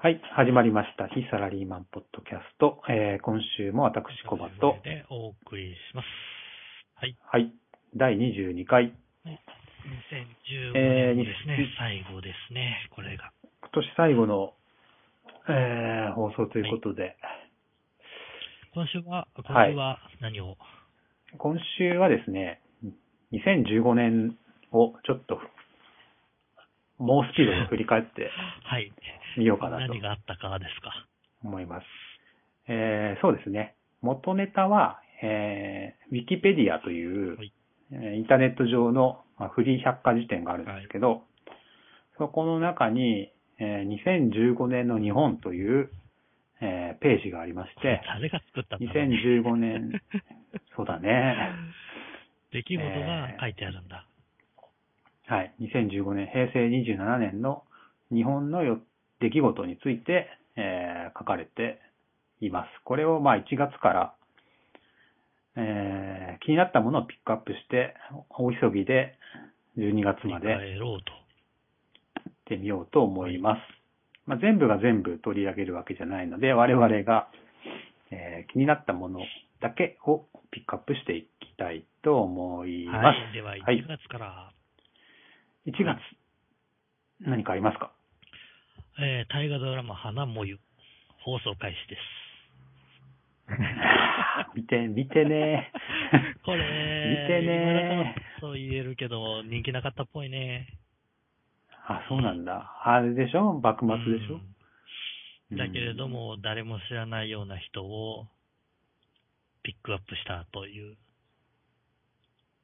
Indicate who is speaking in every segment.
Speaker 1: はい、始まりました。非サラリーマンポッドキャスト。えー、今週も私、コバと、
Speaker 2: でお送りします。はい。
Speaker 1: はい、第22回。
Speaker 2: 2015
Speaker 1: えー
Speaker 2: 年もですね、
Speaker 1: に
Speaker 2: 最後ですね、これが。
Speaker 1: 今年最後の、えー、放送ということで、
Speaker 2: 今週は、今週は何を、
Speaker 1: 今週はですね、2015年をちょっと、猛スピードで振り返って
Speaker 2: はい、
Speaker 1: みようかなと
Speaker 2: 何があったかですか。
Speaker 1: 思います。えー、そうですね。元ネタは、えー、ウィキペディアという、
Speaker 2: はい
Speaker 1: えーインターネット上の、まあフリー百科事典があるんですけど、そこの中に、えー2015年の日本という、えーページがありま して、
Speaker 2: 誰が作ったんだろうね
Speaker 1: 2015年、 そうだね。
Speaker 2: 出来事が書いてあるんだ。
Speaker 1: はい。2015年、平成27年の日本のよ出来事について、えー書かれています。これをまあ1月から、えー気になったものをピックアップして、大急ぎで12月まで
Speaker 2: 帰ろうと。
Speaker 1: やってみようと思います。まあ、全部が全部取り上げるわけじゃないので、我々が、えー気になったものだけをピックアップしていきたいと思います。
Speaker 2: はい。では、1
Speaker 1: はい、
Speaker 2: 月から、
Speaker 1: 1月、何かありますか
Speaker 2: えー大河ドラマ、花もゆ、放送開始です。
Speaker 1: 見て、見てね
Speaker 2: これ、
Speaker 1: 見てね
Speaker 2: そう言えるけど、人気なかったっぽいね。
Speaker 1: あ、そうなんだ。あれでしょ幕末でしょ、
Speaker 2: うんだけれども、誰も知らないような人をピックアップしたという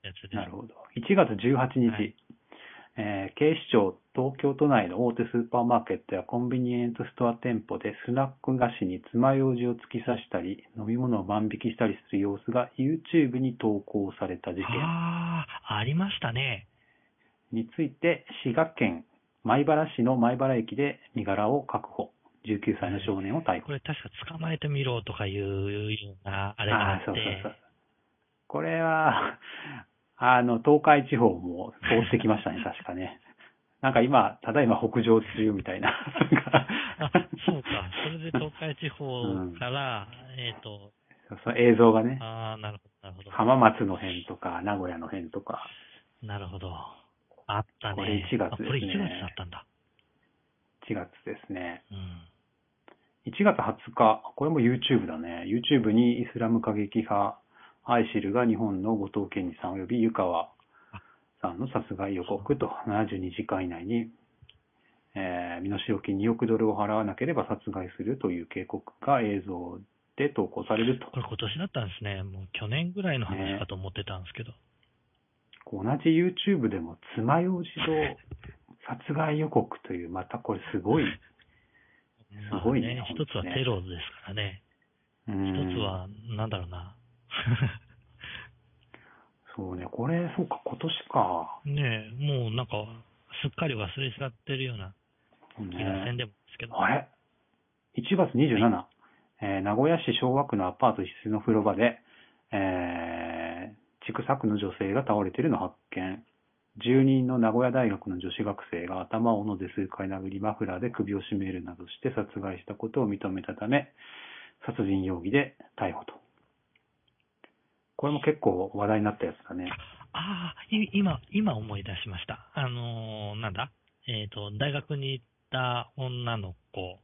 Speaker 2: やつです。
Speaker 1: なるほど。1月18日、
Speaker 2: はい
Speaker 1: えー警視庁東京都内の大手スーパーマーケットやコンビニエントストア店舗でスナック菓子に爪楊枝を突き刺したり、飲み物を万引きしたりする様子が YouTube に投稿された事件
Speaker 2: ああ、ありましたね。
Speaker 1: について、滋賀県米原市の米原駅で身柄を確保。19歳の少年を逮捕
Speaker 2: こ。れ確か捕まえてみろとかいうような、あれがあ
Speaker 1: ああ
Speaker 2: って。
Speaker 1: ー、そうそうそう。これは、 あの、東海地方も通ってきました ね、確かね。なんか今、ただいま北上中みたいな。
Speaker 2: あそうか。それで東海地方から、えっ、と、
Speaker 1: そうそう映像がね、
Speaker 2: ああ、なるほど、なるほど。
Speaker 1: 浜松の辺とか、名古屋の辺とか。
Speaker 2: なるほど。あったね。
Speaker 1: これ1月ですね
Speaker 2: あこれ1月だったんだ。
Speaker 1: 1月ですね。
Speaker 2: うん。
Speaker 1: 1月20日、これも YouTube だね。YouTube にイスラム過激派、アイシルが日本の後藤健二さん及び湯川さんの殺害予告と、72時間以内に、えー身代金2億ドルを払わなければ殺害するという警告が映像で投稿されると。
Speaker 2: これ今年だったんですね。もう去年ぐらいの話かと思ってたんですけど。
Speaker 1: 同じ YouTube でも爪楊枝と殺害予告という、またこれすごい。
Speaker 2: まあ
Speaker 1: すごいね
Speaker 2: 一つはテロですからね。
Speaker 1: 一
Speaker 2: 一つは、なんだろうな。
Speaker 1: そうね、これ、そうか、今年か。
Speaker 2: ねえ、もうなんか、すっかり忘れちゃってるような気がせんでもですけど。
Speaker 1: あれ ?1 月27、えー名古屋市昭和区のアパート一室の風呂場で、えー、畜作の女性が倒れているのを発見。住人の名古屋大学の女子学生が頭を斧で数回殴りマフラーで首を絞めるなどして殺害したことを認めたため、殺人容疑で逮捕と。これも結構話題になったやつだね。
Speaker 2: ああ、い今、今思い出しました。あのーなんだえっ、と、大学に行った女の子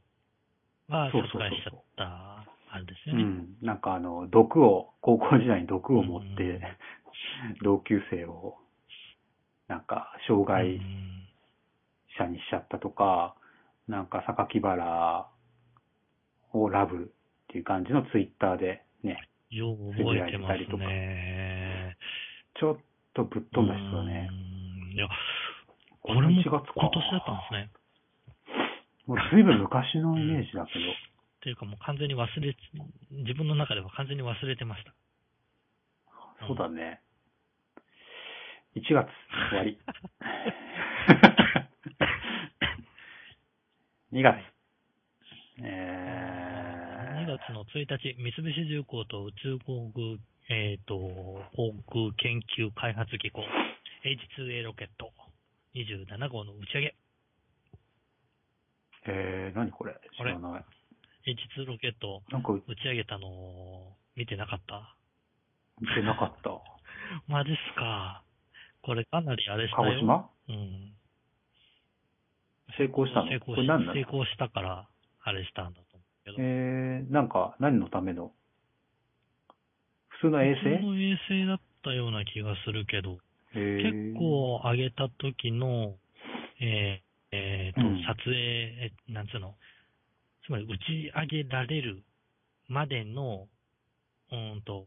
Speaker 2: が
Speaker 1: そうそうそうそう
Speaker 2: 殺害しちゃった、あれです
Speaker 1: う
Speaker 2: よね。
Speaker 1: ん。なんかあの、毒を、高校時代に毒を持っ
Speaker 2: うん
Speaker 1: て、同級生を、なんか、障害
Speaker 2: うん
Speaker 1: 者にしちゃったとか、なんか、榊原をラブっていう感じのツイッターで、ね、
Speaker 2: よう覚えて
Speaker 1: つ
Speaker 2: ます
Speaker 1: ぶやいたりとか
Speaker 2: ね。
Speaker 1: ちょっとぶっ飛んだ人だね。
Speaker 2: うん。いや、こ
Speaker 1: これ
Speaker 2: れも
Speaker 1: も
Speaker 2: 今
Speaker 1: 1
Speaker 2: 年
Speaker 1: 月か
Speaker 2: だったんですね。
Speaker 1: もう随分昔のイメージだけど、
Speaker 2: っていうかもう完全に忘れ、自分の中では完全に忘れてました。うん
Speaker 1: そうだね。1月終 わり。2月。え
Speaker 2: 2
Speaker 1: ー、
Speaker 2: 月の1日、三菱重工と宇宙航空、えー、と航空研究開発機構 H2A ロケット27号の打ち上げ。
Speaker 1: えー、何これ知
Speaker 2: あれ
Speaker 1: らない。
Speaker 2: H2 ロケット
Speaker 1: なんか
Speaker 2: 打ち上げたの見てなかった
Speaker 1: 見てなかった。
Speaker 2: マジっすか。これかなりあれした
Speaker 1: 鹿
Speaker 2: よ。
Speaker 1: 児島
Speaker 2: うん。
Speaker 1: 成功したの
Speaker 2: 成功
Speaker 1: これ
Speaker 2: し
Speaker 1: 何なの
Speaker 2: 成功したから、あれしたんだと思うけど。
Speaker 1: えー、なんか、何のための普通の衛
Speaker 2: 普通
Speaker 1: 星
Speaker 2: の衛星だったような気がするけど、
Speaker 1: えー
Speaker 2: 結構上げた時の、えーえーと、
Speaker 1: うん
Speaker 2: 撮影、えなんつうの、つまり打ち上げられるまでの、うーんと、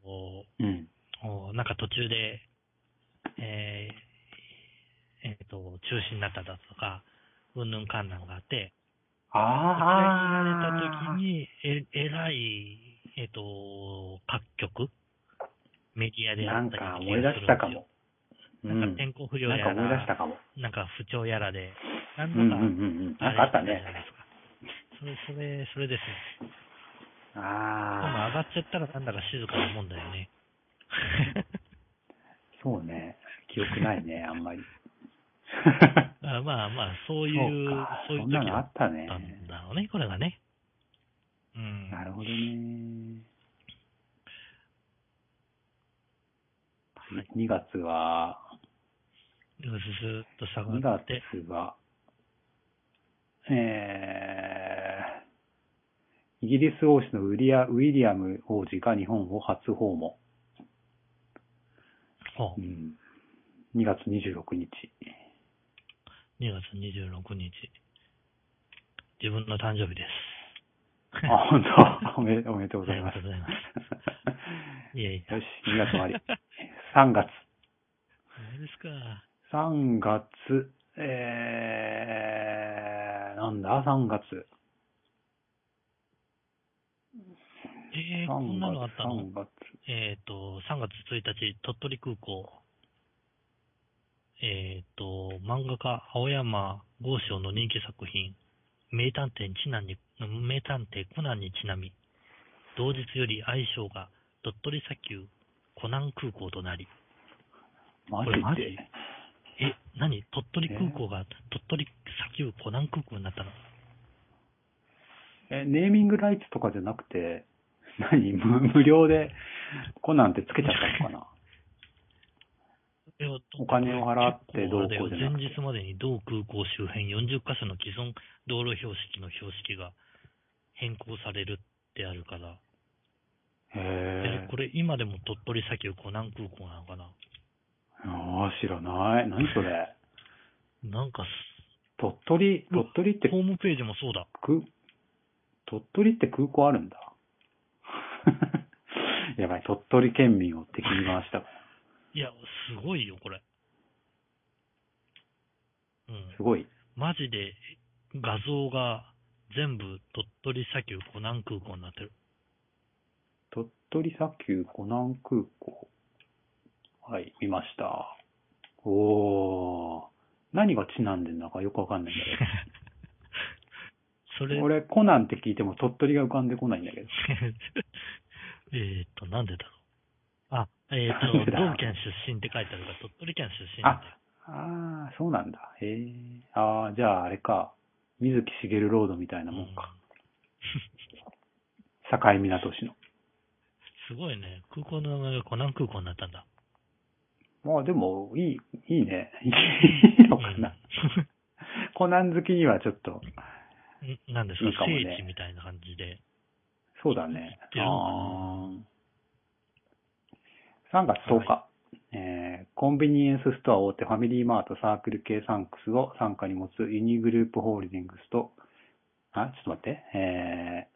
Speaker 1: うん。
Speaker 2: おなんか途中で、えーえーと、中止になっただとか、うんぬんかんなんがあって、打ち上げられた
Speaker 1: ああ
Speaker 2: 時。に、え、えらい、えっ、と、各局、メディアであ
Speaker 1: な
Speaker 2: っ
Speaker 1: ん
Speaker 2: たよう
Speaker 1: か
Speaker 2: な気
Speaker 1: 思い出
Speaker 2: がする
Speaker 1: し
Speaker 2: んですよ
Speaker 1: たかも。う
Speaker 2: なんか
Speaker 1: ん。
Speaker 2: 天候不良
Speaker 1: な
Speaker 2: や、
Speaker 1: んから思い出したかも。
Speaker 2: なんか不調やらで、な
Speaker 1: うんうん
Speaker 2: ん
Speaker 1: う
Speaker 2: だ
Speaker 1: ん
Speaker 2: か、
Speaker 1: うん。なんかあった
Speaker 2: れじゃ
Speaker 1: ね。
Speaker 2: ないですか。それ、それ、それですね。でも上が
Speaker 1: ああ。
Speaker 2: っちゃったらなんだか静かなもんだよね。
Speaker 1: そうね。記憶ない ね、あんまり。
Speaker 2: あまあまあ、そうい
Speaker 1: そう
Speaker 2: う、
Speaker 1: か。
Speaker 2: そうい
Speaker 1: そ
Speaker 2: うん
Speaker 1: な
Speaker 2: 時
Speaker 1: のあ
Speaker 2: だっ
Speaker 1: ったね。
Speaker 2: たんだろうね、これがね。うん。
Speaker 1: なるほどね。
Speaker 2: はい
Speaker 1: 2月は、
Speaker 2: ずーっと下
Speaker 1: 2
Speaker 2: がっ
Speaker 1: 月
Speaker 2: て、
Speaker 1: は、えー、イギリス王子のウリアウィリアム王子が日本を初訪問。
Speaker 2: ほ
Speaker 1: う、
Speaker 2: うん
Speaker 1: 2月26日。
Speaker 2: 2月26日。自分の誕生日です。
Speaker 1: あ、本当おめおめでとうございます。
Speaker 2: ありがとうございまいやいや。
Speaker 1: よし、2月終 わり。3月。
Speaker 2: 何ですか。
Speaker 1: 3月、えー、なんだ ?3 月。
Speaker 2: えー、こんなのあったの
Speaker 1: 3月、3月。
Speaker 2: えっ、と、3月1日、鳥取空港。えっ、と、漫画家、青山豪昌の人気作品、名探偵ちなに、名探偵コナンにちなみ、同日より愛称が鳥取砂丘コナン空港となり、
Speaker 1: マ
Speaker 2: これマ
Speaker 1: ジ
Speaker 2: ジ
Speaker 1: で。
Speaker 2: え、何鳥取空港が、鳥取砂丘コナン空港になったの
Speaker 1: え、ネーミングライツとかじゃなくて、何 無無料でコナンってつけちゃったのかな
Speaker 2: えーと
Speaker 1: お金を払ってどうこうじゃなくて
Speaker 2: 結構あれよ前日までに同空港周辺40カ所の既存道路標識の標識が変更されるってあるから、
Speaker 1: へ
Speaker 2: え
Speaker 1: え。
Speaker 2: これ今でも鳥取砂丘湖南空港なのかな
Speaker 1: ああ、知らない。何それ。
Speaker 2: なんかす、
Speaker 1: 鳥取、鳥取って
Speaker 2: ホームページもそうだ。
Speaker 1: 空、鳥取って空港あるんだ。 やばい、鳥取県民を敵に回した。
Speaker 2: いや、すごいよ、これ。うん
Speaker 1: す。ごい。
Speaker 2: マジで画像が全部鳥取砂丘湖南空港になってる。
Speaker 1: 鳥取砂丘湖南空港。はい、見ました。おー。何がちなんでんだかよくわかんないんだけど。
Speaker 2: それ、
Speaker 1: 俺、コナンって聞いても鳥取が浮かんでこないんだけど。
Speaker 2: えーっと、なんでだろう。あ、えーっ
Speaker 1: なんで
Speaker 2: と、
Speaker 1: だろう
Speaker 2: 同県出身って書いてあるから、鳥取県出身なん
Speaker 1: あ
Speaker 2: だよ。、
Speaker 1: ああ、そうなんだ。へえ。ああ、じゃああれか。水木しげるロードみたいなもんか。境港市
Speaker 2: すごいね。空港の名前が湖南空港になったんだ。
Speaker 1: の。まあでも、いい、いいね。いいのかな。コナン好きにはちょっと、
Speaker 2: うんん なんですか
Speaker 1: いいかもね
Speaker 2: 聖地みたいな感じで。
Speaker 1: そうだね
Speaker 2: 知っ。て
Speaker 1: あ
Speaker 2: るの
Speaker 1: あ。3月10日。えーコンビニエンスストア大手ファミリーマートサークル系サンクスを傘下に持つユニグループホールディングスと、あ、ちょっと待って、え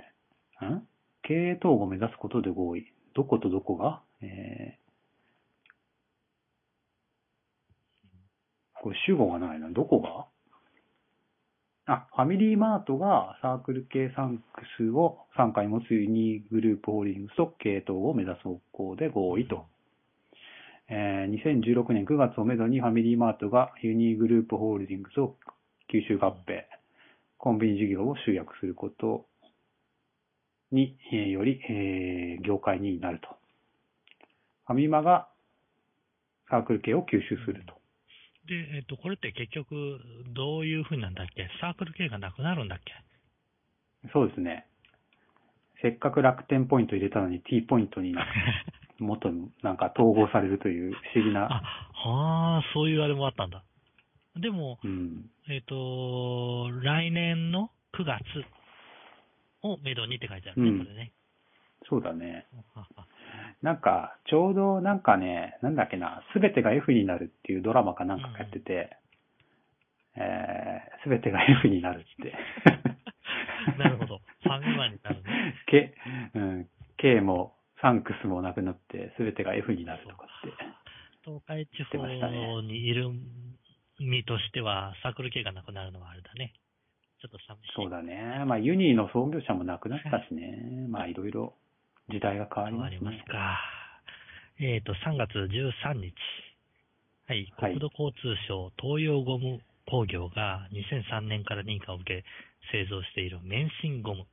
Speaker 1: ー、ん経営統合を目指すことで合意。どことどこがえー、これ主語がないな。どこがあ、ファミリーマートがサークル系サンクスを傘下に持つユニグループホールディングスと系統を目指す方向で合意と。えー2016年9月をめどにファミリーマートがユニグループホールディングスを吸収合併、コンビニ事業を集約することにえーより、えー業界になると。ファミマがサークル系を吸収すると。
Speaker 2: で、えーっと、これって結局、どういう風なんだっけサークル系がなくなるんだっけ
Speaker 1: そうですね。せっかく楽天ポイント入れたのに T ポイントにもっとなんか統合されるという不思議 な、、
Speaker 2: あはあ、そういうあれもあったんだ。でも、
Speaker 1: うん、
Speaker 2: えっ、と、来年の9月をめどにって書いてあるね、
Speaker 1: うん
Speaker 2: これね。
Speaker 1: そうだね。
Speaker 2: ああ
Speaker 1: なんか、ちょうどなんかね、なんだっけな、すべてが F になるっていうドラマかなんかやってて、えー、すべてが F になるって。
Speaker 2: なるほど。ファンマンになるね。
Speaker 1: K、うん、K もサンクスもなくなって、すべてが F になるとか
Speaker 2: 東海地
Speaker 1: 言ってました
Speaker 2: 方
Speaker 1: ね
Speaker 2: にいる身としては、サークル系がなくなるのはあれだね。ちょっと寂
Speaker 1: っ
Speaker 2: しい。
Speaker 1: て。そうだね。まあ、ユニーの創業者もなくなったしね。まあ、いろいろ時代が変わり
Speaker 2: 変わ
Speaker 1: ます
Speaker 2: り
Speaker 1: ね。
Speaker 2: ますか。えっ、と、3月13日。はい。
Speaker 1: はい
Speaker 2: 国土交通省東洋ゴム工業が2003年から認可を受け製造している免震ゴム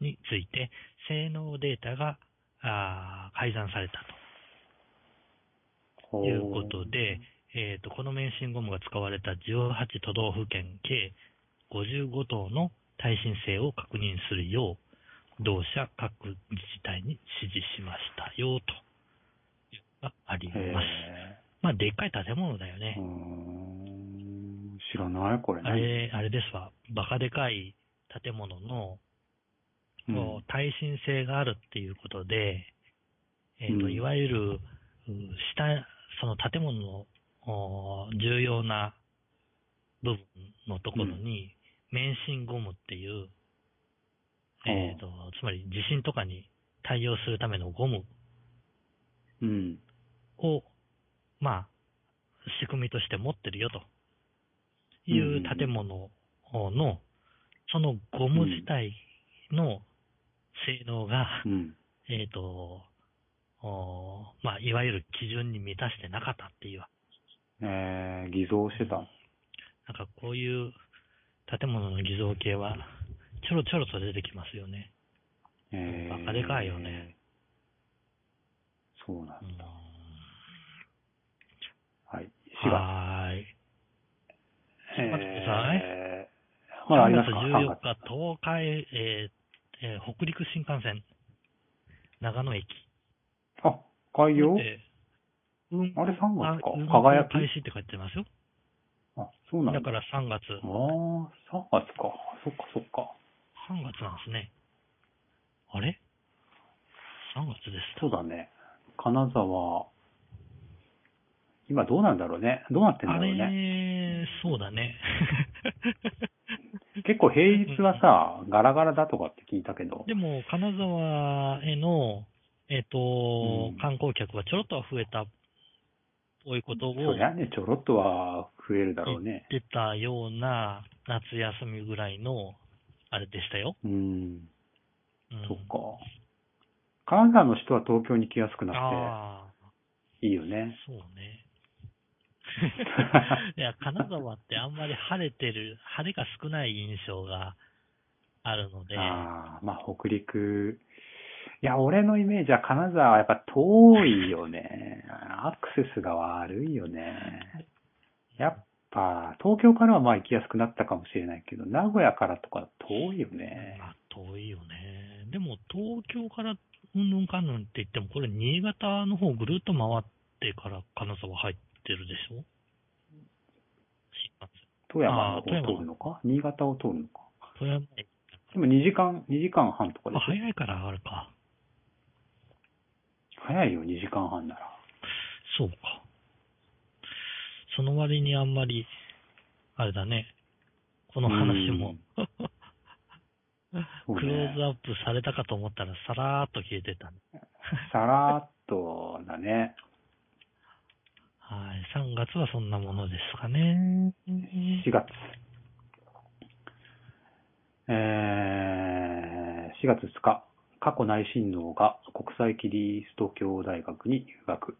Speaker 2: について性能データがあー改ざんされた
Speaker 1: ほ
Speaker 2: と
Speaker 1: う
Speaker 2: いうことで、えっ、と、この免震ゴムが使われた18都道府県計55棟の耐震性を確認するよう、同社各自治体に指示しましたよ、と。があります。
Speaker 1: へ
Speaker 2: まあ、でっかい建物だよ
Speaker 1: ーうー
Speaker 2: ね。
Speaker 1: ん知らないこれね。
Speaker 2: あれ、あれですわ。バカでかい建物の、
Speaker 1: うん
Speaker 2: こう耐震性があるっていうことで、えっ、と、
Speaker 1: うん
Speaker 2: いわゆる、う下、その建物のおー重要な部分のところに、免震ゴムっていう、えっ、と、つまり地震とかに対応するためのゴム
Speaker 1: うん。
Speaker 2: を、まあ、仕組みとして持ってるよという建物の、そのゴム自体の性能が、
Speaker 1: うん。
Speaker 2: えっ、と、おーまあ、いわゆる基準に満たしてなかったっていう、
Speaker 1: えー、偽造してた。
Speaker 2: なんかこういう建物の偽造系は、ちょろちょろと出てきますよね。
Speaker 1: えー、
Speaker 2: バカでかいよね。
Speaker 1: そうなん
Speaker 2: う
Speaker 1: だ。
Speaker 2: ん
Speaker 1: はい。4月。
Speaker 2: はーい。
Speaker 1: え
Speaker 2: 待ってください
Speaker 1: えー、まだあ
Speaker 2: 3
Speaker 1: りま
Speaker 2: 月
Speaker 1: すか
Speaker 2: 14
Speaker 1: 3
Speaker 2: 日、東海、えーえー北陸新幹線、長野駅。
Speaker 1: あ、海洋
Speaker 2: えー運
Speaker 1: あれ3
Speaker 2: あ
Speaker 1: 月か
Speaker 2: 運行
Speaker 1: 輝き
Speaker 2: 開始って書いてますよ。
Speaker 1: あ、そうなんだ。
Speaker 2: だから3月、
Speaker 1: ああ、3月か。そっかそっか。
Speaker 2: 3月なんですね。あれ ?3 月です
Speaker 1: そうだね。金沢、今どうなんだろうね。どうなってんだ
Speaker 2: あ
Speaker 1: ろうね。
Speaker 2: れ、そう だね。
Speaker 1: 結構平日はさ、ガラガラだとかって聞いたけど。
Speaker 2: でも、金沢への、えっ、と、
Speaker 1: うん
Speaker 2: 観光客がちょろっとは増えた、こういうことを、
Speaker 1: そりゃね、ちょろっとは増えるだろう
Speaker 2: 言っ
Speaker 1: ね。
Speaker 2: てたような夏休みぐらいのあれでしたよ。
Speaker 1: うん。
Speaker 2: うん
Speaker 1: そっか。金沢の人は東京に来やすくなっ
Speaker 2: ああ、
Speaker 1: ていいよね。
Speaker 2: そうね。 いや、金沢ってあんまり晴れてる、晴れが少ない印象があるので、
Speaker 1: ああ、まあ北陸。いや、俺のイメージは金沢はやっぱ遠いよね。 アクセスが悪いよね。やっぱ東京からはまあ行きやすくなったかもしれないけど、名古屋からとか遠いよね。
Speaker 2: まあ遠いよね。でも東京からうんぬんかんぬんって言っても、これ新潟の方ぐるっと回ってから金沢入ってるでしょ新幹線
Speaker 1: 富山
Speaker 2: あ
Speaker 1: を
Speaker 2: ー富山
Speaker 1: 通るのか新潟を通るのか。
Speaker 2: 富山駅
Speaker 1: でも2時間、2時間半とかで
Speaker 2: あ早いからあるか。
Speaker 1: 早いよ、2時間半なら。
Speaker 2: そうか。その割にあんまり、あれだね、この話も、
Speaker 1: そうね
Speaker 2: クローズアップされたかと思ったら、さらーっと消えてたね。
Speaker 1: さらーっとだね。
Speaker 2: はい。3月はそんなものですかね。
Speaker 1: 4月。えー、4月2日、過去内親王が国際キリスト教大学に入学。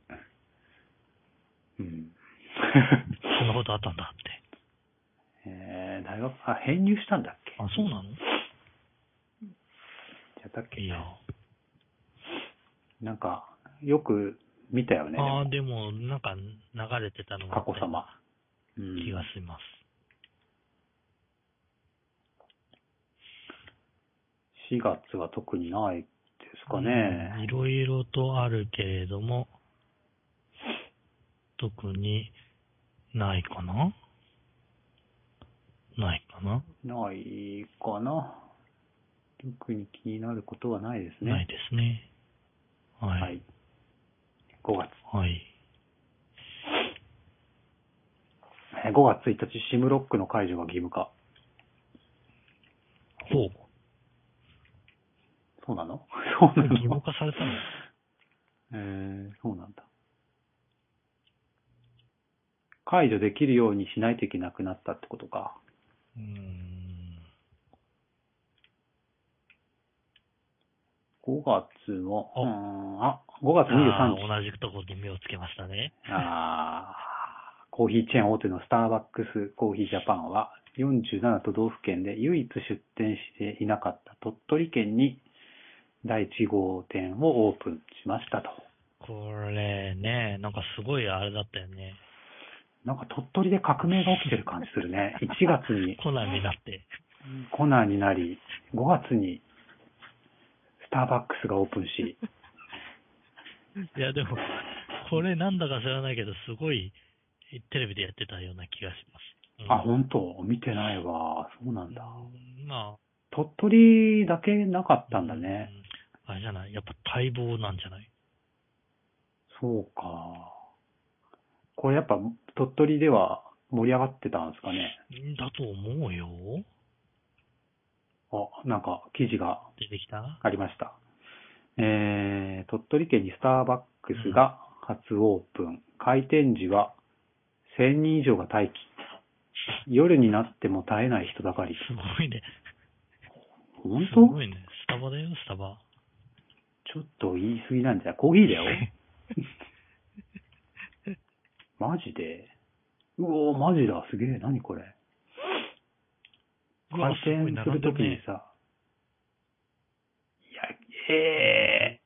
Speaker 1: うん。
Speaker 2: そんなことあったんだって。
Speaker 1: えー、大学、あ、編入したんだっけ
Speaker 2: あ、そうなの
Speaker 1: やったっけ
Speaker 2: いや。
Speaker 1: なんか、よく見たよね。
Speaker 2: ああ、でも、なんか、流れてたのが
Speaker 1: 佳子さま。うん
Speaker 2: 気がします。
Speaker 1: 4月は特にないですか
Speaker 2: うんい
Speaker 1: ね。
Speaker 2: ろいろとあるけれども、特にないかなないかな、
Speaker 1: ないかな。特に気になることはないですね。
Speaker 2: ないですね。はい。
Speaker 1: はい。5月。
Speaker 2: はい。
Speaker 1: えー5月1日、シムロックの解除が義務化。
Speaker 2: ほう。
Speaker 1: そうなの そうな
Speaker 2: 義務
Speaker 1: の
Speaker 2: 化されたの
Speaker 1: えー、そうなんだ。解除できるようにしないといけなくなったってことか。
Speaker 2: うーん。
Speaker 1: 5月の、
Speaker 2: あ
Speaker 1: うーん、あ、5月
Speaker 2: あ
Speaker 1: 23日。
Speaker 2: ー同じところに目をつけましたね。
Speaker 1: あーコーヒーチェーン大手のスターバックスコーヒージャパンは、47都道府県で唯一出店していなかった鳥取県に第1号店をオープンしましたと。
Speaker 2: これね、なんかすごいあれだったよね。
Speaker 1: なんか鳥取で革命が起きてる感じするね。1月に
Speaker 2: コナンになって。
Speaker 1: コナーになり、5月にスターバックスがオープンし、
Speaker 2: いや、でも、これなんだか知らないけど、すごい、テレビでやってたような気がします。うん
Speaker 1: あ、本当見てないわ。そうなんだ。
Speaker 2: うんまあ。
Speaker 1: 鳥取だけなかったんだね。
Speaker 2: うん。あれじゃないやっぱ待望なんじゃない
Speaker 1: そうか。これやっぱ鳥取では盛り上がってたんですかね。
Speaker 2: んだと思うよ。
Speaker 1: あ、なんか記事が
Speaker 2: 出てきた
Speaker 1: ありました。えー、鳥取県にスターバックスが初オープン。開店時は1000人以上が待機。夜になっても絶えない人だかり。
Speaker 2: すごいね。
Speaker 1: 本
Speaker 2: す
Speaker 1: 当
Speaker 2: ごいね。スタバだよ、スタバ。
Speaker 1: ちょっと言い過ぎなんじゃないコーヒ ーだよ。マジでうおー、マジだ。すげえ。何これ。
Speaker 2: うわ
Speaker 1: 回転するときに。さ、いや、ええ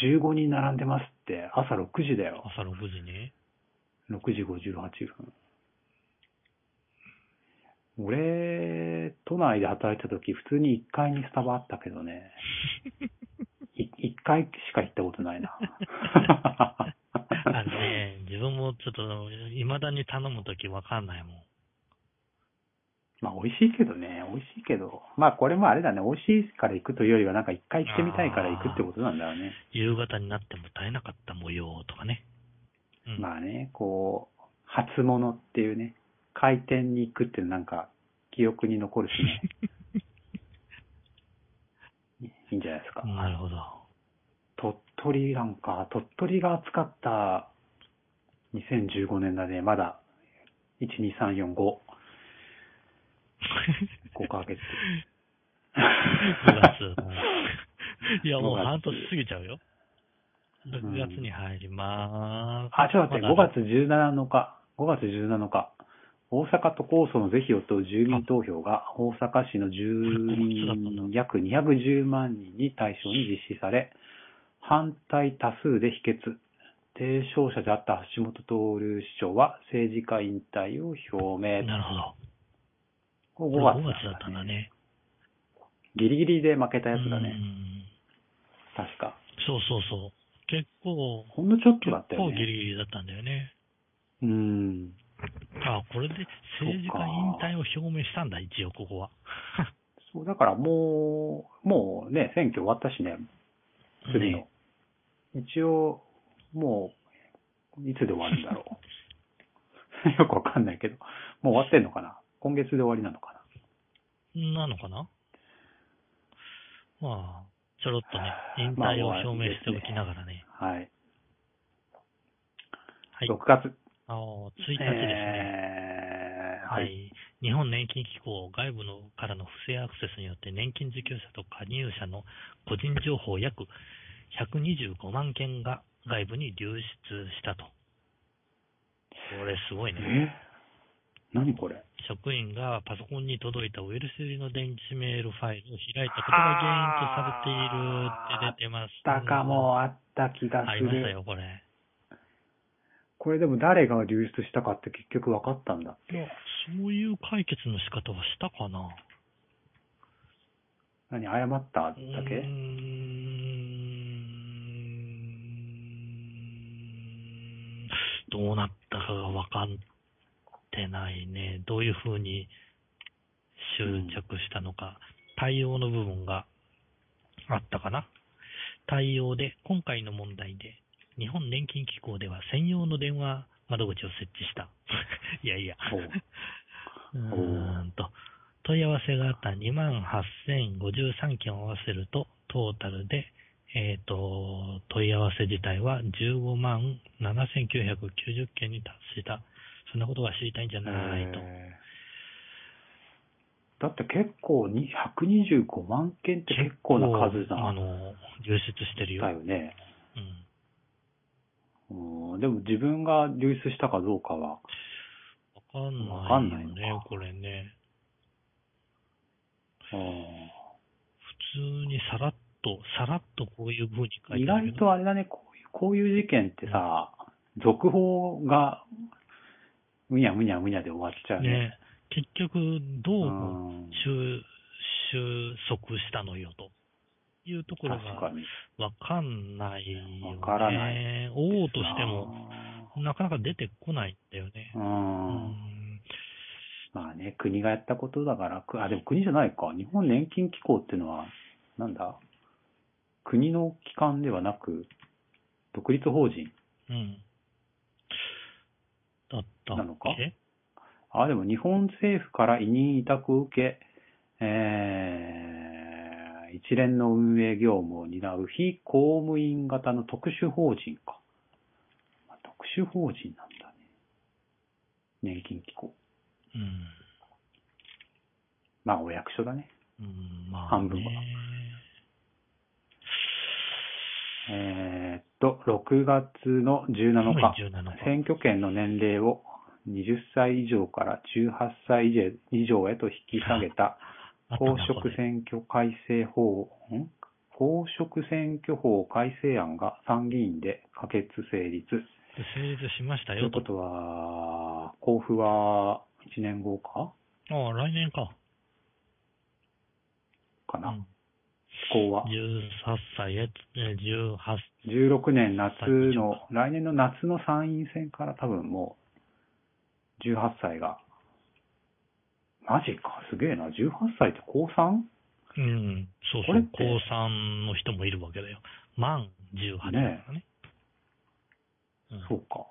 Speaker 2: すごい並ん
Speaker 1: ー、915人並ん
Speaker 2: でるね
Speaker 1: でますって、朝6時だよ。
Speaker 2: 朝6時に
Speaker 1: 6時58分。俺、都内で働いてた時、普通に1階にスタバあったけどね。1階しか行ったことないな。
Speaker 2: あのね、自分もちょっと、未だに頼むときわかんないもん。
Speaker 1: まあ、美味しいけどね、美味しいけど。まあ、これもあれだね、美味しいから行くというよりは、なんか一回行ってみたいから行くってことなんだろうね。
Speaker 2: 夕方になっても絶えなかった模様とかね。うん。
Speaker 1: まあね、こう、初物っていうね、回転に行くっていうのなんか、記憶に残るし ね。いいんじゃないですか。
Speaker 2: なるほど。
Speaker 1: 鳥取なんか、鳥取が暑かった2015年だね、まだ、1、2、3、4、5。5ヶ 月。
Speaker 2: 9月。いや、もう
Speaker 1: 5月
Speaker 2: 半年過ぎちゃうよ。
Speaker 1: ん
Speaker 2: 6月に入りまーす。
Speaker 1: あ、ちょっと待って、
Speaker 2: ま
Speaker 1: 5
Speaker 2: だ
Speaker 1: 月17日、5月17日、大阪都構想の是非を問う住民投票が、大阪市の住民約210万人に対象に実施され、反対多数で否決。提唱者であった橋本徹市長は政治家引退を表明。
Speaker 2: なるほど。
Speaker 1: これ
Speaker 2: 5
Speaker 1: 5月
Speaker 2: 月だったんだね。
Speaker 1: ギリギリで負けたやつだ
Speaker 2: う
Speaker 1: ね。
Speaker 2: ん
Speaker 1: 確か。
Speaker 2: そうそうそう。結構、
Speaker 1: ほんのちょっと
Speaker 2: 結
Speaker 1: だったよ
Speaker 2: 構ギ
Speaker 1: ね。
Speaker 2: リギリだったんだよね。
Speaker 1: うん。
Speaker 2: あ、これで政治家引退を表明したんだ、一応ここは。
Speaker 1: そう、だからもう、もうね、選挙終わったしね、次の。
Speaker 2: ね
Speaker 1: 一応、もう、いつで終わるんだろう。 よくわかんないけど。もう終わってんのかな今月で終わりなのか
Speaker 2: なのかなまあ、ちょろっとね、引
Speaker 1: まあ
Speaker 2: 退を表明しておきながらね。
Speaker 1: なはい。
Speaker 2: はい
Speaker 1: 6。月。
Speaker 2: あの、1日ですね。
Speaker 1: えー、
Speaker 2: は
Speaker 1: はい。
Speaker 2: い。日本年金機構外部のからの不正アクセスによって年金受給者と加入者の個人情報約125万件が外部に流出したと。これすごいね。
Speaker 1: え何これ
Speaker 2: 職員がパソコンに届いたウイルス入りの電子メールファイルを開いたことが原因とされているって出てます。
Speaker 1: だかもあった気が
Speaker 2: あ
Speaker 1: す
Speaker 2: りました
Speaker 1: る。
Speaker 2: よ、これ。
Speaker 1: これでも誰が流出したかって結局わかったんだ。
Speaker 2: いや、そういう解決の仕方はしたかな。
Speaker 1: 何、謝っただ
Speaker 2: う
Speaker 1: け
Speaker 2: ーんどうなったかが分かってないね。どういうふうに執着したのか。対応の部分があったかな。対応で、今回の問題で、日本年金機構では専用の電話窓口を設置した。 いやいや。
Speaker 1: おう
Speaker 2: うーんと、問い合わせがあった2万8053件を合わせると、トータルで、えっ、と、問い合わせ自体は15万7990件に達した。そんなことが知りたいんじゃないと。
Speaker 1: えーだって結構に、125万件って結構な数だ
Speaker 2: あの、流出してるよ。
Speaker 1: だよね。
Speaker 2: うん。
Speaker 1: うん、でも自分が流出したかどうかは、
Speaker 2: わかん
Speaker 1: わかん
Speaker 2: な
Speaker 1: ないい
Speaker 2: よ
Speaker 1: の
Speaker 2: ね、
Speaker 1: か
Speaker 2: これね。
Speaker 1: うん
Speaker 2: 普通にさらっと、さらっとこういう風に書い
Speaker 1: 意
Speaker 2: てある
Speaker 1: 外
Speaker 2: けど。
Speaker 1: とあれだね、こういうこういう事件ってさ、続報が、むにゃむにゃむにゃで終わっちゃうね。
Speaker 2: ね、結局、どう
Speaker 1: う
Speaker 2: も
Speaker 1: ん、
Speaker 2: 収収束したのよというところ
Speaker 1: 確か
Speaker 2: が
Speaker 1: に。
Speaker 2: わかんないよね。
Speaker 1: わからない
Speaker 2: 王としても、なかなか出てこないんだよね。
Speaker 1: う。
Speaker 2: うんん
Speaker 1: まあね、国がやったことだから、くあ、でも国じゃないか。日本年金機構っていうのは、なんだ国の機関ではなく、独立法人。
Speaker 2: うん。だったっけ
Speaker 1: なのかあ、でも日本政府から委任委託を受け、えー、一連の運営業務を担う非公務員型の特殊法人か。あ特殊法人なんだね。年金機構。
Speaker 2: うん。
Speaker 1: まあ、お役所だね。
Speaker 2: うん、まあ、ね。
Speaker 1: 半分はえーっと、6月の17日、
Speaker 2: 17日
Speaker 1: 選挙権の年齢を20歳以上から18歳以上へと引き下げた
Speaker 2: あったな
Speaker 1: 公職選挙改正法、ん公職選挙法改正案が参議院で可決成立。
Speaker 2: これ成立しました
Speaker 1: とい
Speaker 2: よ。
Speaker 1: うこととは、交付は1年後か
Speaker 2: ああ、来年か。
Speaker 1: かな、
Speaker 2: うん
Speaker 1: 施行は。
Speaker 2: 18歳へ、え18歳。
Speaker 1: 16年夏の、来年の夏の参院選から多分もう、18歳が。マジか、すげえな。18歳って高 3?
Speaker 2: うん、そうそ
Speaker 1: これっ
Speaker 2: う
Speaker 1: て、
Speaker 2: 高3の人もいるわけだよ。満18だからね。うん、
Speaker 1: そうか。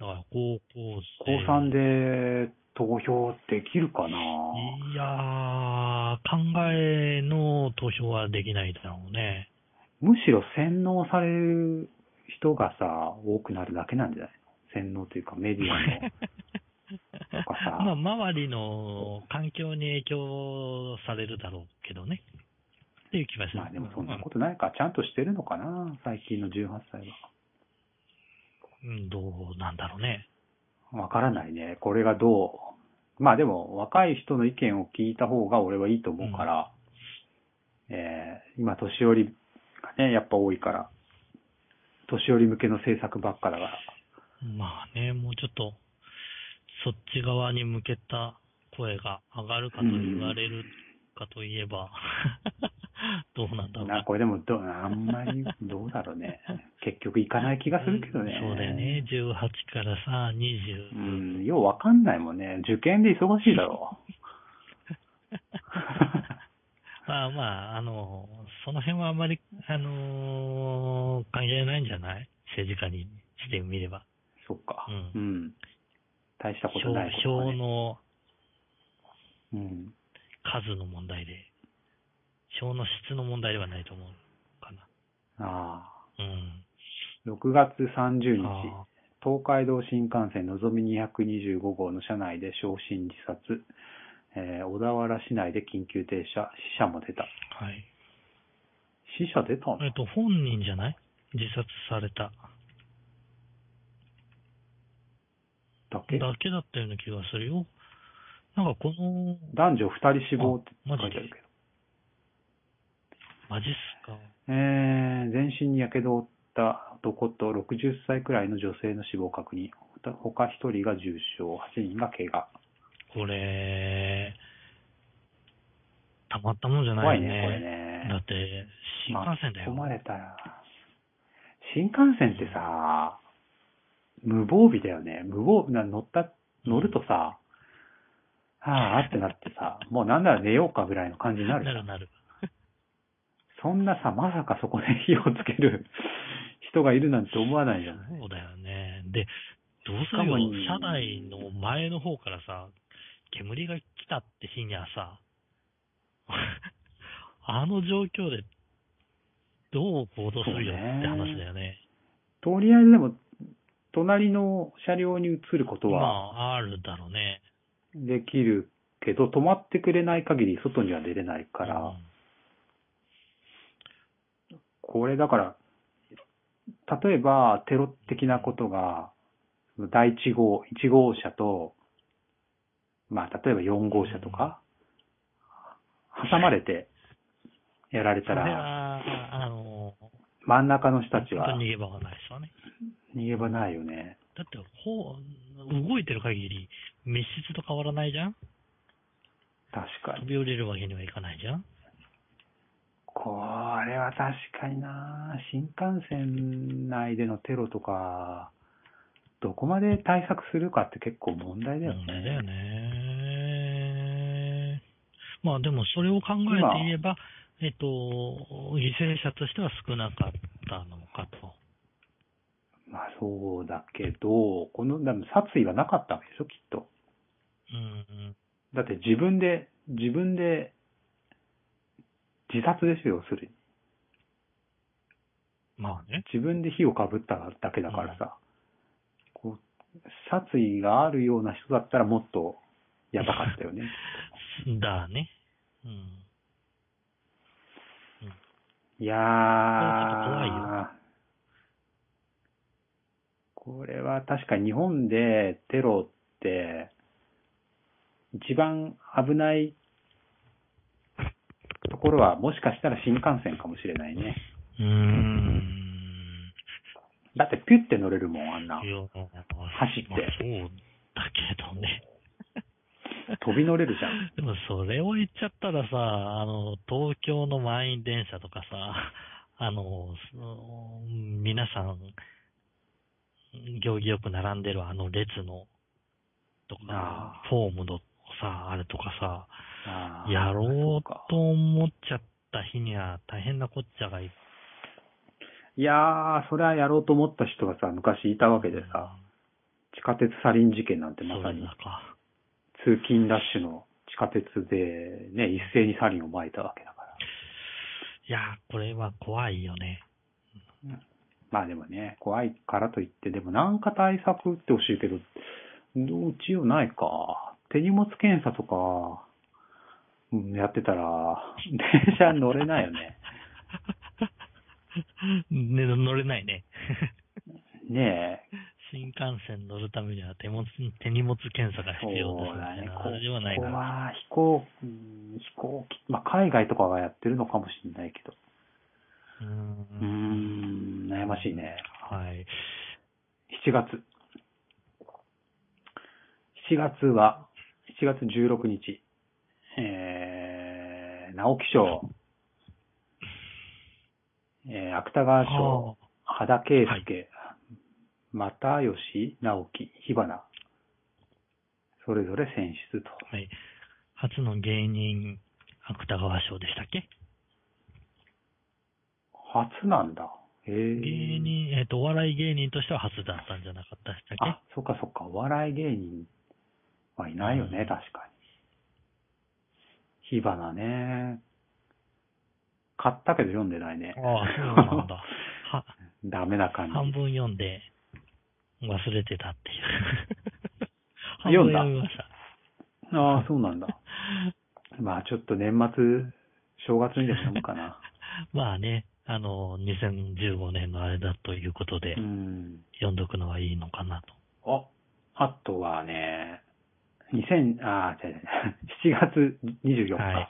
Speaker 2: だから高校生。
Speaker 1: 高3で投票できるかない
Speaker 2: やー、考えの投票はできないだろうね。
Speaker 1: むしろ洗脳される人がさ、多くなるだけなんじゃないの洗脳というかメディア の。とかさ
Speaker 2: まあ、周りの環境に影響されるだろうけどね。っていう気がする。
Speaker 1: まあでもそんなことないか。ちゃんとしてるのかな最近の18歳は。
Speaker 2: うん、どうなんだろうね。
Speaker 1: わからないね。これがどう。まあでも、若い人の意見を聞いた方が俺はいいと思うから、えー今、年寄りがね、やっぱ多いから、年寄り向けの政策ばっかだから、
Speaker 2: まあね、もうちょっと、そっち側に向けた声が上がるかと言われるかといえば、 どうなんだろう
Speaker 1: なこれでもどう、あんまりどうだろう ね。結局行かない気がするけどね。
Speaker 2: うんそうだよね。18からさ、
Speaker 1: う
Speaker 2: 20。
Speaker 1: ん、ようわかんないもんね。受験で忙しいだろう。
Speaker 2: まあまあ、あの、その辺はあまり、あのー関係ないんじゃない政治家にしてみれば。
Speaker 1: そっか。
Speaker 2: う
Speaker 1: うんん。大したこと
Speaker 2: 票
Speaker 1: ないことだ
Speaker 2: 票
Speaker 1: ね、
Speaker 2: の
Speaker 1: うん。
Speaker 2: 数の問題で、票の質の問題ではないと思うかな。
Speaker 1: ああ。
Speaker 2: うん。
Speaker 1: 6月30日。
Speaker 2: あ
Speaker 1: 東海道新幹線のぞみ225号の車内で焼身自殺、えー小田原市内で緊急停車、死者も出た。
Speaker 2: ーはい。
Speaker 1: 死者出たの
Speaker 2: えっと、本人じゃない自殺された。
Speaker 1: だけ
Speaker 2: だけだったような気がするよ。なんかこの、
Speaker 1: 男女2人死亡って書いてあるけど。
Speaker 2: マジっすか。
Speaker 1: えー全身に火傷を負った男と60歳くらいの女性の死亡確認。ほた他1人が重傷、8人が怪我。
Speaker 2: これ、たまったもんじゃな
Speaker 1: 怖
Speaker 2: い
Speaker 1: い
Speaker 2: よ
Speaker 1: ね、これね。
Speaker 2: ね。だって、新幹線だよ。
Speaker 1: 巻き込まれたら。新幹線ってさ、無防備だよね。無防備な、乗った、乗るとさ、ああってなってさ、もうなんなら寝ようかぐらいの感じになるじ
Speaker 2: な
Speaker 1: ゃ
Speaker 2: る
Speaker 1: ん。
Speaker 2: なる。
Speaker 1: そんなさ、まさかそこで火をつける人がいるなんて思わないじゃん。
Speaker 2: そうだよね。で、どうす
Speaker 1: しか
Speaker 2: る
Speaker 1: も
Speaker 2: よ、車内の前の方からさ、煙が来たって日にはさ、 あの状況で、どう行動するよって
Speaker 1: そうね
Speaker 2: 話だよね。
Speaker 1: とりあえずでも、隣の車両に移ること
Speaker 2: ま
Speaker 1: は
Speaker 2: あ、あるだろうね。
Speaker 1: できるけど、止まってくれない限り外には出れないから、
Speaker 2: うん
Speaker 1: これだから、例えばテロ的なことが、その第1号、1号車と、まあ、例えば4号車とか、挟まれてやられた
Speaker 2: それ
Speaker 1: ら、
Speaker 2: は、あの、
Speaker 1: 真ん中の人たち
Speaker 2: 本当
Speaker 1: は
Speaker 2: に逃げ場がないですわね。
Speaker 1: 逃げ場ないよね。
Speaker 2: だって、ほう、動いてる限り、密室と変わらないじゃん
Speaker 1: 確か
Speaker 2: 飛
Speaker 1: に。
Speaker 2: び降りるわけにはいかないじゃん
Speaker 1: これは確かにな新幹線内でのテロとか、どこまで対策するかって結構問題だよね。
Speaker 2: 問題だよね。まあでも、それを考えて言えば、えっと、犠牲者としては少なかったのかと。
Speaker 1: まあそうだけど、この、だ殺意はなかったわけでしょ、きっと。
Speaker 2: うん。
Speaker 1: だって自分で、自分で、自殺ですよ、要するに。
Speaker 2: まあね。
Speaker 1: 自分で火をかぶっただけだからさ、こう、殺意があるような人だったらもっとやばかったよね。
Speaker 2: だね。うん。
Speaker 1: いやーこれは確かに日本でテロって、一番危ないところはもしかしたら新幹線かもしれないね。
Speaker 2: うーん。
Speaker 1: だってピュって乗れるもん、あんな。
Speaker 2: いや
Speaker 1: 走って
Speaker 2: まあそうだけどね。
Speaker 1: 飛び乗れるじゃん。
Speaker 2: でもそれを言っちゃったらさ、あの、東京の満員電車とかさ、 あの、その皆さん、行儀よく並んでるあの列の、と
Speaker 1: あ
Speaker 2: か、フォームのさ、あれとかさ、
Speaker 1: あー
Speaker 2: やろ
Speaker 1: そうか
Speaker 2: うと思っちゃった日には大変なこっちゃがいっ
Speaker 1: いやー、それはやろうと思った人がさ、昔いたわけでさ、地下鉄サリン事件なんて
Speaker 2: そ
Speaker 1: ま
Speaker 2: う
Speaker 1: さ
Speaker 2: だ
Speaker 1: に
Speaker 2: か。
Speaker 1: 通勤ラッシュの地下鉄でね、一斉にサリンを撒いたわけだから。
Speaker 2: いやー、これは怖いよね。
Speaker 1: まあでもね、怖いからといって、でもなんか対策打ってほしいけど、どうちようないか。手荷物検査とか、うんやってたら、 電車乗れないよ ね。
Speaker 2: ね、乗れないね。
Speaker 1: ね
Speaker 2: 新幹線乗るためには手も手荷物検査が
Speaker 1: え。
Speaker 2: 必要ですみたいな
Speaker 1: こ
Speaker 2: 話ではないか
Speaker 1: こ
Speaker 2: ら。
Speaker 1: は飛行、うん飛行機、まあ海外とかはやってるのかもしれないけど。
Speaker 2: うー
Speaker 1: うーん、
Speaker 2: ん
Speaker 1: 悩ましいね。
Speaker 2: はい。
Speaker 1: 7月。7月は、7月16日、えー、直木賞、えー、芥川賞、羽田圭介、又吉直樹、火花、それぞれ選出と。
Speaker 2: あーはい。初の芸人、芥川賞でしたっけ
Speaker 1: 初なんだ。えー、
Speaker 2: 芸人、えっ、と、お笑い芸人としては初だったんじゃなかったでしたっ
Speaker 1: あ、そっかそっか、お笑い芸人はいないよね、確かに。火花ね。買ったけど読んでないね
Speaker 2: け。ああ、そうなんだ。は、
Speaker 1: ダメな感
Speaker 2: 半
Speaker 1: じ。
Speaker 2: 分読んで、忘れてたっていう。半
Speaker 1: 読ん
Speaker 2: 分
Speaker 1: だ
Speaker 2: 読みました。
Speaker 1: ああ、そうなん だ。まあちょっと年末、正月にでも読むか な。
Speaker 2: まあね、あの、2015年のあれだということで、
Speaker 1: うん。
Speaker 2: 読んどくのはいいのかなと。
Speaker 1: あ、あとはね、2000、あー、違う違う、7月24日、
Speaker 2: はい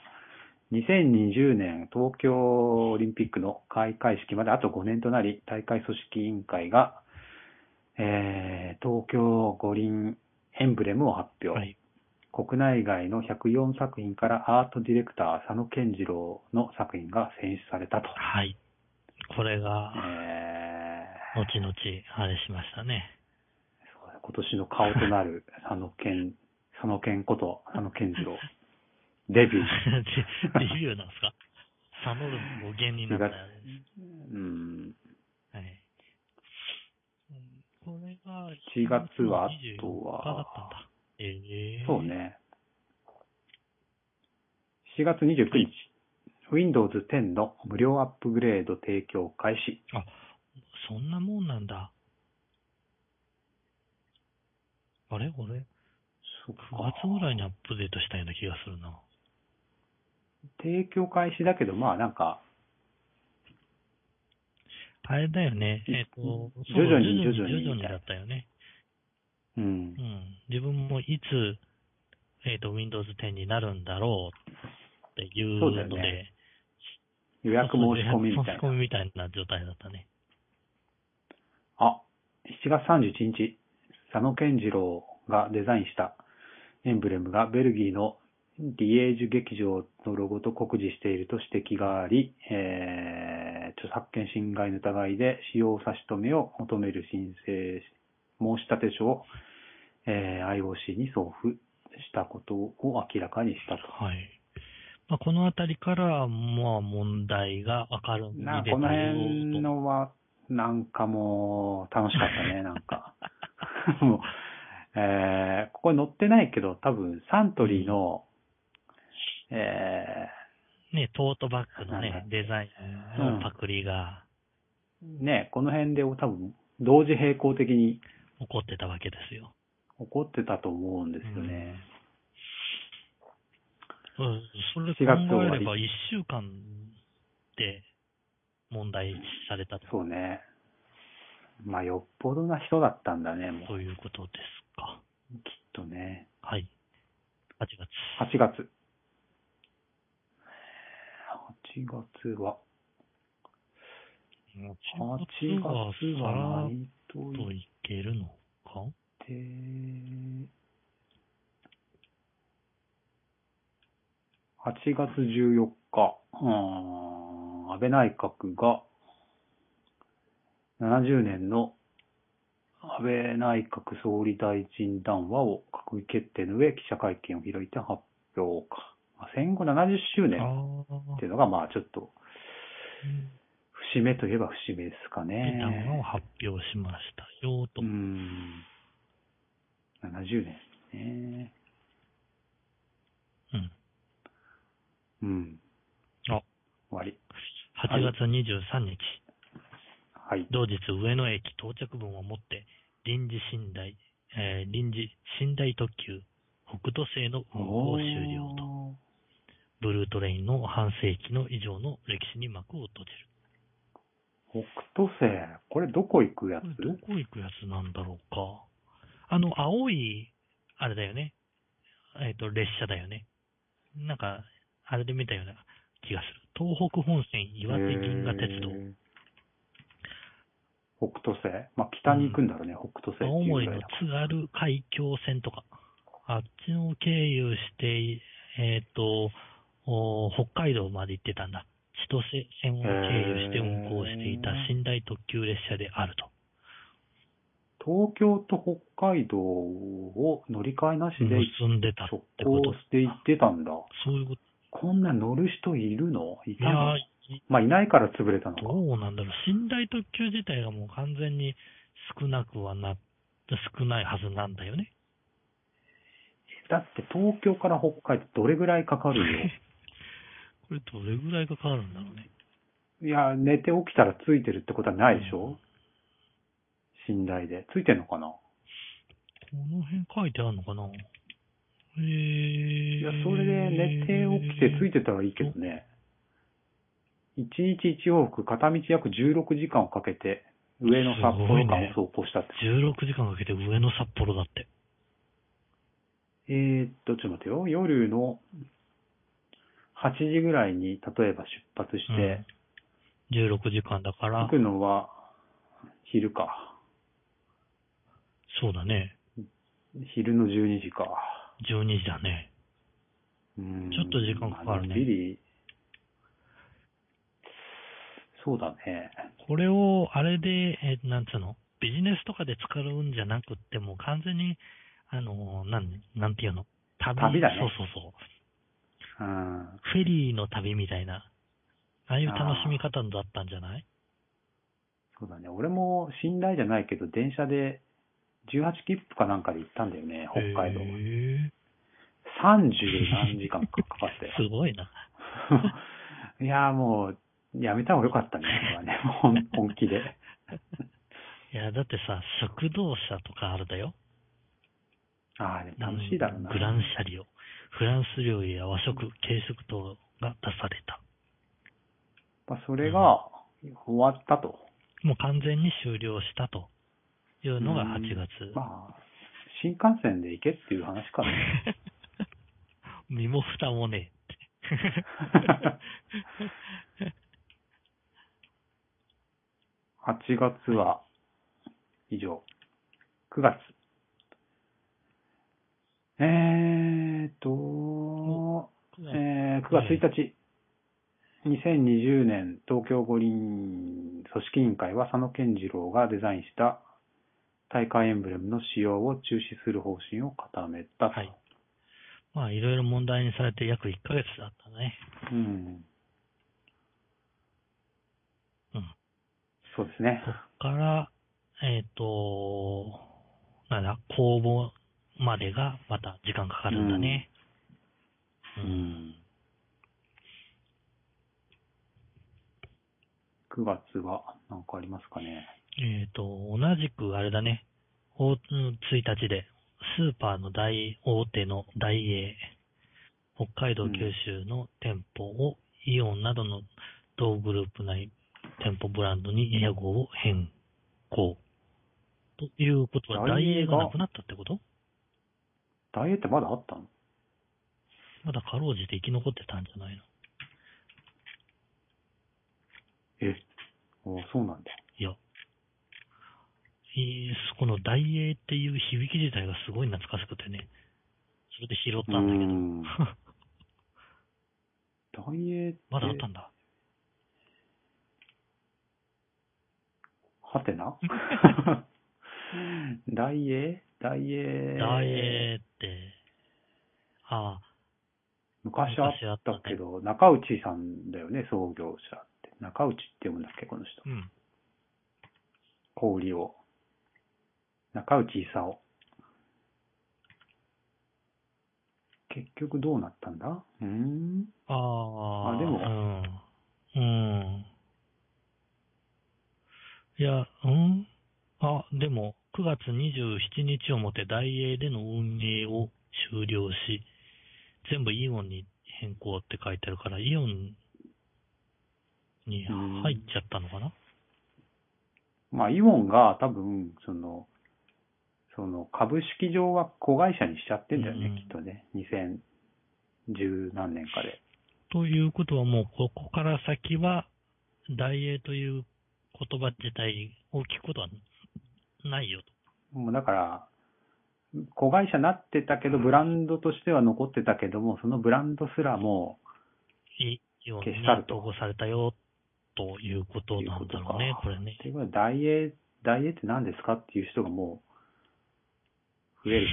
Speaker 1: 2020年東京オリンピックの開会式まであと5年となり、大会組織委員会が、えー、東京五輪エンブレムを発表。
Speaker 2: はい。
Speaker 1: 国内外の104作品からアートディレクター佐野健次郎の作品が選出されたと。
Speaker 2: はい。これが、
Speaker 1: えー
Speaker 2: 後々、あれしましたね。
Speaker 1: そうだ今年の顔とな る佐野健、佐野健こと佐野健次郎。デビュー。
Speaker 2: でデビューなんですかサノルの語源になったやつです。
Speaker 1: うん。
Speaker 2: はい。これが
Speaker 1: 7月はあ
Speaker 2: 24
Speaker 1: と
Speaker 2: 日だったん
Speaker 1: は、
Speaker 2: だ。ええ
Speaker 1: そう。ね。7月29日、Windows 10の無料アップグレード提供開始。
Speaker 2: あ、そんなもんなんだ。あれ俺、9
Speaker 1: そっか
Speaker 2: 月ぐらいにアップデートしたような気がするな。
Speaker 1: 提供開始だけど、まあなんか、
Speaker 2: あれだよね。えっ、と、
Speaker 1: うん
Speaker 2: そう
Speaker 1: 徐々に
Speaker 2: 徐々
Speaker 1: 徐々
Speaker 2: に
Speaker 1: に
Speaker 2: 徐々にだったよね。
Speaker 1: うん
Speaker 2: う。ん。自分もいつ、えっ、と、Windows 10になるんだろうっていう
Speaker 1: そうだよ
Speaker 2: ので、
Speaker 1: ね予約申し込みみたい
Speaker 2: 申し込
Speaker 1: な。
Speaker 2: みみたいな状態だったね。
Speaker 1: あ、7月31日、佐野健次郎がデザインしたエンブレムがベルギーのリエージュ劇場のロゴと酷似していると指摘があり、えー、著作権侵害の疑いで使用差し止めを求める申請、申し立て書を、えー IOC に送付したことを明らかにしたと。
Speaker 2: はい。まあ、このあたりから、まあ、問題が明るみに出た
Speaker 1: なん
Speaker 2: よ
Speaker 1: かこの辺
Speaker 2: と。
Speaker 1: のは、なんかもう、楽しかったね、 なんか。もう、えー、ここに載ってないけど、多分、サントリーの、え
Speaker 2: ね、トートバッグの
Speaker 1: なん
Speaker 2: ね
Speaker 1: だ、
Speaker 2: デザインのパクリが
Speaker 1: ー、ね、この辺で多分、同時並行的に
Speaker 2: 起こってたわけですよ。
Speaker 1: 起こってたと思うんですよね。
Speaker 2: うん、それ
Speaker 1: 4月終
Speaker 2: 考
Speaker 1: わ
Speaker 2: え
Speaker 1: り
Speaker 2: れば1週間で問題視されたと
Speaker 1: そうね。まあ、よっぽどな人だったんだね、もう、
Speaker 2: ということですか。
Speaker 1: きっとね。
Speaker 2: はい。8月。
Speaker 1: 8月。8月は、8
Speaker 2: 8
Speaker 1: 月
Speaker 2: は
Speaker 1: は
Speaker 2: さら
Speaker 1: な
Speaker 2: っ
Speaker 1: いとい
Speaker 2: といけるのか
Speaker 1: で、8月14日、うーん、安倍内閣が、70年の安倍内閣総理大臣談話を閣議決定の上、記者会見を開いて発表か。まあ戦後70周年
Speaker 2: ああ
Speaker 1: っていうのが、まあちょっと、
Speaker 2: うん
Speaker 1: 節目といえば節目ですかね。
Speaker 2: 談話を発表しましたよと。
Speaker 1: うーん。70年ね。
Speaker 2: うん
Speaker 1: うん。
Speaker 2: あ
Speaker 1: 終わり。
Speaker 2: 8月23日、
Speaker 1: はい。
Speaker 2: 同日上野駅到着分をもって、臨時寝台、えー臨時寝台特急、北斗星の運行を終了と、
Speaker 1: と。
Speaker 2: ブルートレインの半世紀の以上の歴史に幕を閉じる。
Speaker 1: 北斗星、これどこ行くやつ
Speaker 2: これどこ行くやつなんだろうか。あの、青い、あれだよね。えっ、と、列車だよね。なんか、あれで見たような気がする。東北本線岩手銀河鉄道。
Speaker 1: へー北斗星。まあ、北に行くんだろうね、北斗星
Speaker 2: 青
Speaker 1: っていうぐ
Speaker 2: 森
Speaker 1: らい
Speaker 2: の
Speaker 1: だ
Speaker 2: 津軽海峡線とか、あっちを経由して、えっ、と、お北海道まで行ってたんだ。千歳線を経由して運行していた寝台特急列車であると。
Speaker 1: 東京と北海道を乗り換えなしで
Speaker 2: 結んでたって
Speaker 1: 直
Speaker 2: こと
Speaker 1: 行して行ってたんだ。
Speaker 2: そういうこと。
Speaker 1: こんな乗る人いるのい
Speaker 2: い
Speaker 1: た
Speaker 2: や
Speaker 1: の
Speaker 2: ー、
Speaker 1: まあ、いないから潰れたのか。
Speaker 2: どうなんだろう。寝台特急自体がもう完全に少なくはな、少ないはずなんだよ ね。
Speaker 1: だって東京から北海道どれぐらいかかるよ。
Speaker 2: これどれぐらいかかるんだろうね。
Speaker 1: いや、寝て起きたらついてるってことはないでしょ寝台で。ついてんのかな
Speaker 2: この辺書いてあるのかなえー、
Speaker 1: い
Speaker 2: い
Speaker 1: や、それで寝て起きてついてたらいいけどね。1日1往復、片道約16時間をかけて、上の札幌間を走行したって。
Speaker 2: 16時間かけて上の札幌だって。
Speaker 1: えーっと、ちょっと待ってよ。夜の8時ぐらいに、例えば出発して、
Speaker 2: 16時間だか
Speaker 1: 行
Speaker 2: ら、
Speaker 1: くのは昼か。
Speaker 2: そうだね。
Speaker 1: 昼の12時か。
Speaker 2: 12時だね。
Speaker 1: うん
Speaker 2: ちょっと時間かかるね
Speaker 1: まあのんびりそうだね。
Speaker 2: これを、あれで、えーなんつうのビジネスとかで使うんじゃなくっても、完全に、あのー、なん、なんていうの旅
Speaker 1: 旅だね
Speaker 2: そうそうそう。
Speaker 1: うん。
Speaker 2: フェリーの旅みたいな、ああいう楽しみ方だったんじゃない
Speaker 1: そうだね。俺も信頼じゃないけど、電車で18切符かなんかで行ったんだよね、北海道。
Speaker 2: へ
Speaker 1: 30
Speaker 2: え
Speaker 1: 何時間かかか って。
Speaker 2: すごいな。
Speaker 1: いやーもう、やめた方が良かったね、これはね。ほん本気で。
Speaker 2: いや、だってさ、食堂車とかあるだよ。
Speaker 1: ああ、でも楽しいだろうな。
Speaker 2: グランシャリオ。フランス料理や和食、軽食等が出された。
Speaker 1: まあ、それが終わったと。
Speaker 2: もう完全に終了したというのが8月。
Speaker 1: まあ、新幹線で行けっていう話かな。
Speaker 2: 身も蓋もねえって。
Speaker 1: 8月は、以上。9月。えーっと、 えー9月1日。2020年東京五輪組織委員会は佐野健次郎がデザインした大会エンブレムの使用を中止する方針を固めたと。
Speaker 2: はいまあ、いろいろ問題にされて約1ヶ月だったね。
Speaker 1: うん。
Speaker 2: うん。
Speaker 1: そうですね
Speaker 2: こ。っから、えっ、と、なんだ、公募までがまた時間かかるんだね。う。
Speaker 1: うんん。9月は何かありますかね。
Speaker 2: えっ、と、同じくあれだね、おうん1日で、スーパーの大大手の大英、北海道、
Speaker 1: うん
Speaker 2: 九州の店舗を、イオンなどの同グループ内店舗ブランドに屋号を変更。ということは、
Speaker 1: ダ
Speaker 2: 大
Speaker 1: イエ
Speaker 2: 英
Speaker 1: ーが
Speaker 2: がなくなったってこと
Speaker 1: ダイエーってまだあったの
Speaker 2: まだかろうじて生き残ってたんじゃないの
Speaker 1: え、おそうなんだ。
Speaker 2: いや、いいこの大英っていう響き自体がすごい懐かしくてね、それで拾ったんだけど、
Speaker 1: うんダイエーって、
Speaker 2: まだあったんだ。
Speaker 1: はてな ダイエーダイエー
Speaker 2: 大英って、あ
Speaker 1: 昔あったけど、中内さんだよね、創業者って。中内って読むんだっけ、この人
Speaker 2: あ、。うん。
Speaker 1: 氷を。中内勲。結局どうなったんだうーん。
Speaker 2: あー
Speaker 1: あでも
Speaker 2: うん。うん。いや、うんあ、でも、9月27日をもって大英での運営を終了し、全部イオンに変更って書いてあるから、イオンに入っちゃったのかな
Speaker 1: まあ、イオンが多分、その、その株式上は子会社にしちゃってんだよね、
Speaker 2: うん
Speaker 1: きっとね。2010何年かで。
Speaker 2: ということはもうここから先は、大英という言葉自体を聞くことはないよと。
Speaker 1: もうだから、子会社になってたけど、ブランドとしては残ってたけども、そのブランドすらも
Speaker 2: イオンに
Speaker 1: 消し去ると
Speaker 2: 統合されたよということなんだろう
Speaker 1: いう
Speaker 2: ね
Speaker 1: こ、とか
Speaker 2: これね
Speaker 1: う、。ということは、ダイエー、ダイエーって何ですかっていう人がもう、増える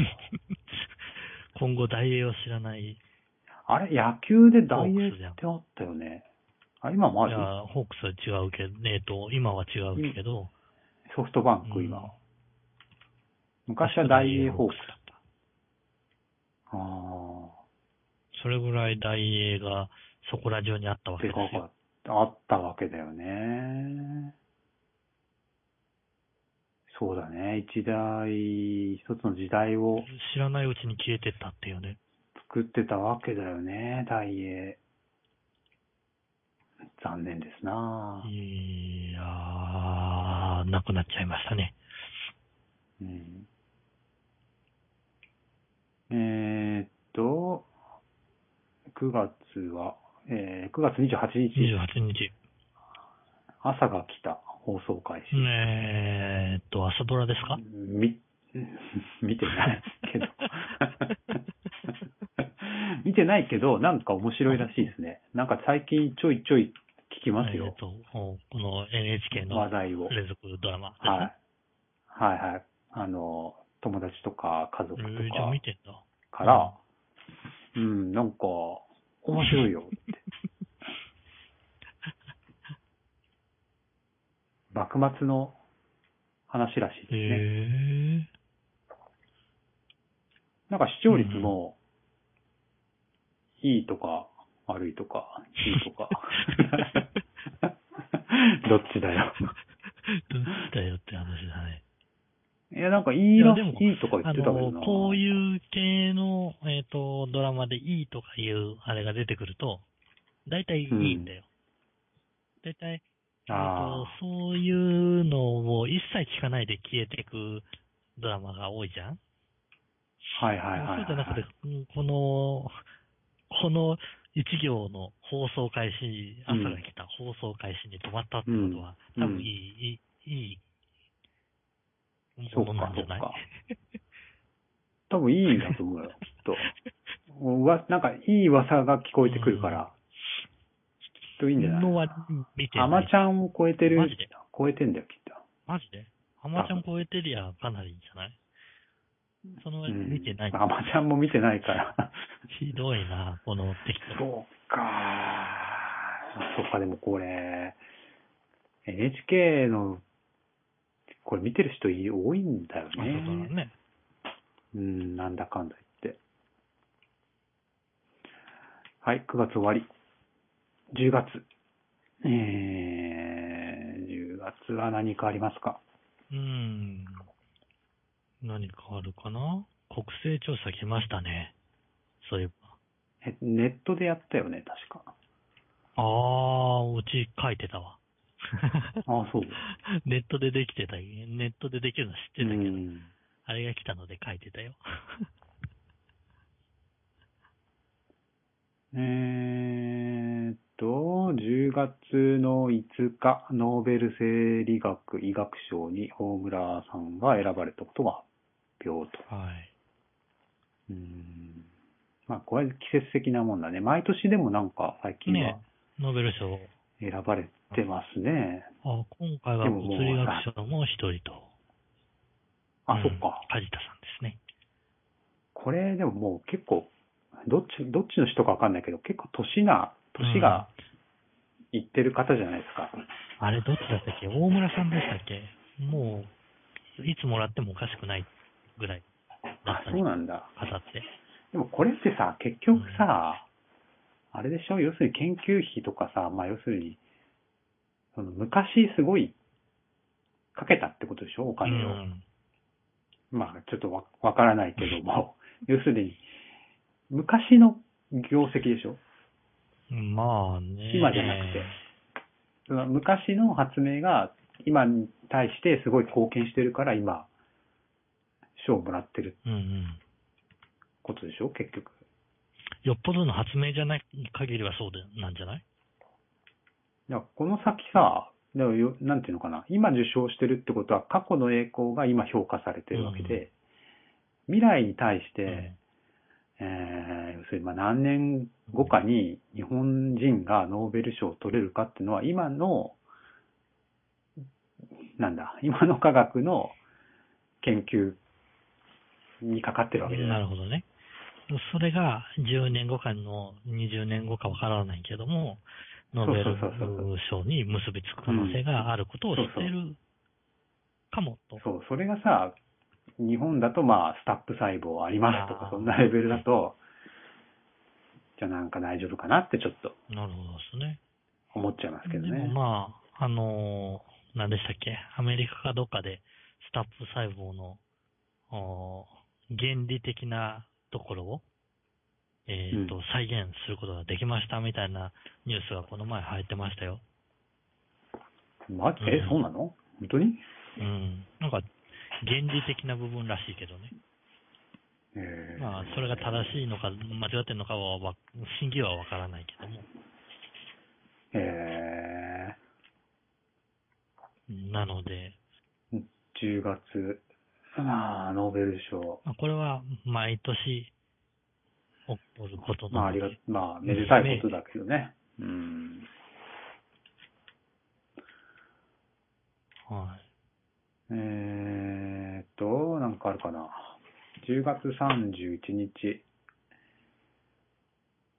Speaker 1: と。
Speaker 2: 今後大英を知らない、
Speaker 1: あれ、野球でダイエーってあったよね。あ、今もあ
Speaker 2: い
Speaker 1: る
Speaker 2: やホークスは違うけど、えっ、と、今は違うけど、
Speaker 1: ソフトバンク今。
Speaker 2: うん
Speaker 1: 昔はダイエーホークス。
Speaker 2: だっ
Speaker 1: あ
Speaker 2: た。
Speaker 1: あ。
Speaker 2: それぐらい大英がそこら中にあったわ
Speaker 1: で
Speaker 2: けで
Speaker 1: か
Speaker 2: すよ。
Speaker 1: かった、あったわけだよね。そうだね。一代、一つの時代を
Speaker 2: 知らないうちに消えてったっていうね。
Speaker 1: 作ってたわけだよね、大英。残念ですない
Speaker 2: やー、なくなっちゃいましたね。
Speaker 1: うん。えーっと、9月は、えー9月28日、
Speaker 2: 28日。
Speaker 1: 朝が来た放送開始。
Speaker 2: えーっ と、朝ドラですか
Speaker 1: み、見てないけど。 見てないけど、なんか面白いらしいですね。なんか最近ちょいちょい聞きます
Speaker 2: え
Speaker 1: よ
Speaker 2: っ。と、おこの NHK の
Speaker 1: 話題を。
Speaker 2: 連続ドラマですね。
Speaker 1: はい。はいはい。あの、友達とか家族と
Speaker 2: え
Speaker 1: か
Speaker 2: ーじゃあ見てんだ。
Speaker 1: から、うん、なんか、面白いよって。 幕末の話らしいです
Speaker 2: へ
Speaker 1: ね。
Speaker 2: え
Speaker 1: なんか視聴率も、いいとか、悪いとか、い いとか。どっちだよ。
Speaker 2: どっちだよって話だね。
Speaker 1: いや、なんかいいら
Speaker 2: いやでも
Speaker 1: いいとか言
Speaker 2: あ
Speaker 1: ってたけどな。
Speaker 2: の、こういう系の、えっ、と、ドラマでいいとかいうあれが出てくると、大体いいんだよ。大体、えー
Speaker 1: あ
Speaker 2: と、そういうのを一切聞かないで消えていくドラマが多いじゃん、
Speaker 1: あ、はいはいはいはい。
Speaker 2: そうじゃなくて、うんこの、この一行の放送開始に、
Speaker 1: うん
Speaker 2: 朝が来た放送開始に止まったってことは、
Speaker 1: うん
Speaker 2: 多分いい、いい、いい
Speaker 1: そう
Speaker 2: ものな
Speaker 1: か
Speaker 2: ん、じ
Speaker 1: そ
Speaker 2: ゃ
Speaker 1: う
Speaker 2: ない
Speaker 1: か。 多分いいんだと思うよ、きっと。うわ、なんかいい噂が聞こえてくるから、きっといいんじゃない
Speaker 2: のは見て
Speaker 1: ア
Speaker 2: な
Speaker 1: マ
Speaker 2: い
Speaker 1: ち。ゃんを超えてる
Speaker 2: マジで、
Speaker 1: 超えてんだよ、きっと。
Speaker 2: マジでハマちゃん超えてりゃかなりいいんじゃないその
Speaker 1: うん
Speaker 2: 見てない。
Speaker 1: アマちゃんも見てない から。
Speaker 2: ひどいな、この適当。
Speaker 1: そうか。そっか、でもこれ、NHK の、これ見てる人い多いんだよ
Speaker 2: まあそうだろう
Speaker 1: ね。
Speaker 2: ね。
Speaker 1: うん、なんだかんだ言って。はい、9月終わり。10月。えー、10月は何かありますか
Speaker 2: うん。何かあるかな国勢調査来ましたね。そういえば。
Speaker 1: えネットでやったよね、確か。
Speaker 2: ああ、うち書いてた わ。
Speaker 1: ああ、そう。
Speaker 2: ネットでできてた。ネットでできるの知ってたけど、
Speaker 1: うん
Speaker 2: あれが来たので書いてたよ。
Speaker 1: えーっと、10月の5日、ノーベル生理学医学賞に大村さんが選ばれたことが発表と。
Speaker 2: はい。
Speaker 1: うーんまあ、これは季節的なもんだね。毎年でもなんか最近は
Speaker 2: ねノーベル賞。
Speaker 1: 選ばれてますね。
Speaker 2: あ今回は
Speaker 1: でもも
Speaker 2: 物
Speaker 1: う
Speaker 2: 理学賞も一人と。
Speaker 1: あ、
Speaker 2: うん
Speaker 1: そっか。
Speaker 2: 梶田さんですね。
Speaker 1: これでももう結構、どっち、どっちの人かわかんないけど、結構年な、年がいってる方じゃないですか。
Speaker 2: あれ、どっちだったっけ大村さんでしたっけもう、いつもらってもおかしくないぐらいだ
Speaker 1: あ
Speaker 2: っ、た
Speaker 1: そう
Speaker 2: に語
Speaker 1: なんだ。
Speaker 2: って。
Speaker 1: でもこれってさ、結局さ、あれでしょ要するに研究費とかさ、まあ要するに、その昔すごいかけたってことでしょお金を。
Speaker 2: うん
Speaker 1: まあちょっとわわからないけども、 要するに、昔の業績でしょ
Speaker 2: まあね。
Speaker 1: 今じゃなくてその昔の発明が今に対してすごい貢献してるから今、賞をもらってる
Speaker 2: うんうん。
Speaker 1: ことでしょ結局。
Speaker 2: よっぽどの発明じゃない限りはそうでなんじゃない
Speaker 1: だからこの先さ、だからよなんていうのかな、今受賞してるってことは過去の栄光が今評価されてるわけで、未来に対して、えー要するにまあ何年後かに日本人がノーベル賞を取れるかっていうのは今の、なんだ、今の科学の研究にかかってるわけじゃ
Speaker 2: な
Speaker 1: ない。
Speaker 2: るほどね。それが10年後かの20年後かわからないけども、ノーベル
Speaker 1: そうそうそう
Speaker 2: 賞に結びつく可能性があることを知ってるかもと。
Speaker 1: そう、それがさ、日本だとまあ、スタップ細胞ありますと
Speaker 2: あ
Speaker 1: か、
Speaker 2: ー
Speaker 1: そんなレベルだと、じゃあなんか大丈夫かなってちょっと
Speaker 2: なるほどですね。
Speaker 1: 思っちゃいますけど
Speaker 2: でも
Speaker 1: ね。
Speaker 2: まあ、あのー、何でしたっけ、アメリカかどっかで、スタップ細胞の、おー原理的なところを、えっ、と、
Speaker 1: うん
Speaker 2: 再現することができましたみたいなニュースがこの前入ってましたよ。
Speaker 1: マジえ
Speaker 2: うん、
Speaker 1: そうなの本当に
Speaker 2: うん。なんか、原理的な部分らしいけどね。
Speaker 1: えー
Speaker 2: まあ、それが正しいのか、間違ってるのかはわ、真偽はわからないけども、
Speaker 1: え
Speaker 2: なので、
Speaker 1: ー、10月、まあ、ノーベル賞。
Speaker 2: まあ、これは毎年起こること
Speaker 1: まあ、あ
Speaker 2: なので
Speaker 1: りが、まあ、めでたいことだけどね。うん。
Speaker 2: はい。
Speaker 1: えーっと、なんかあるかな。10月31日、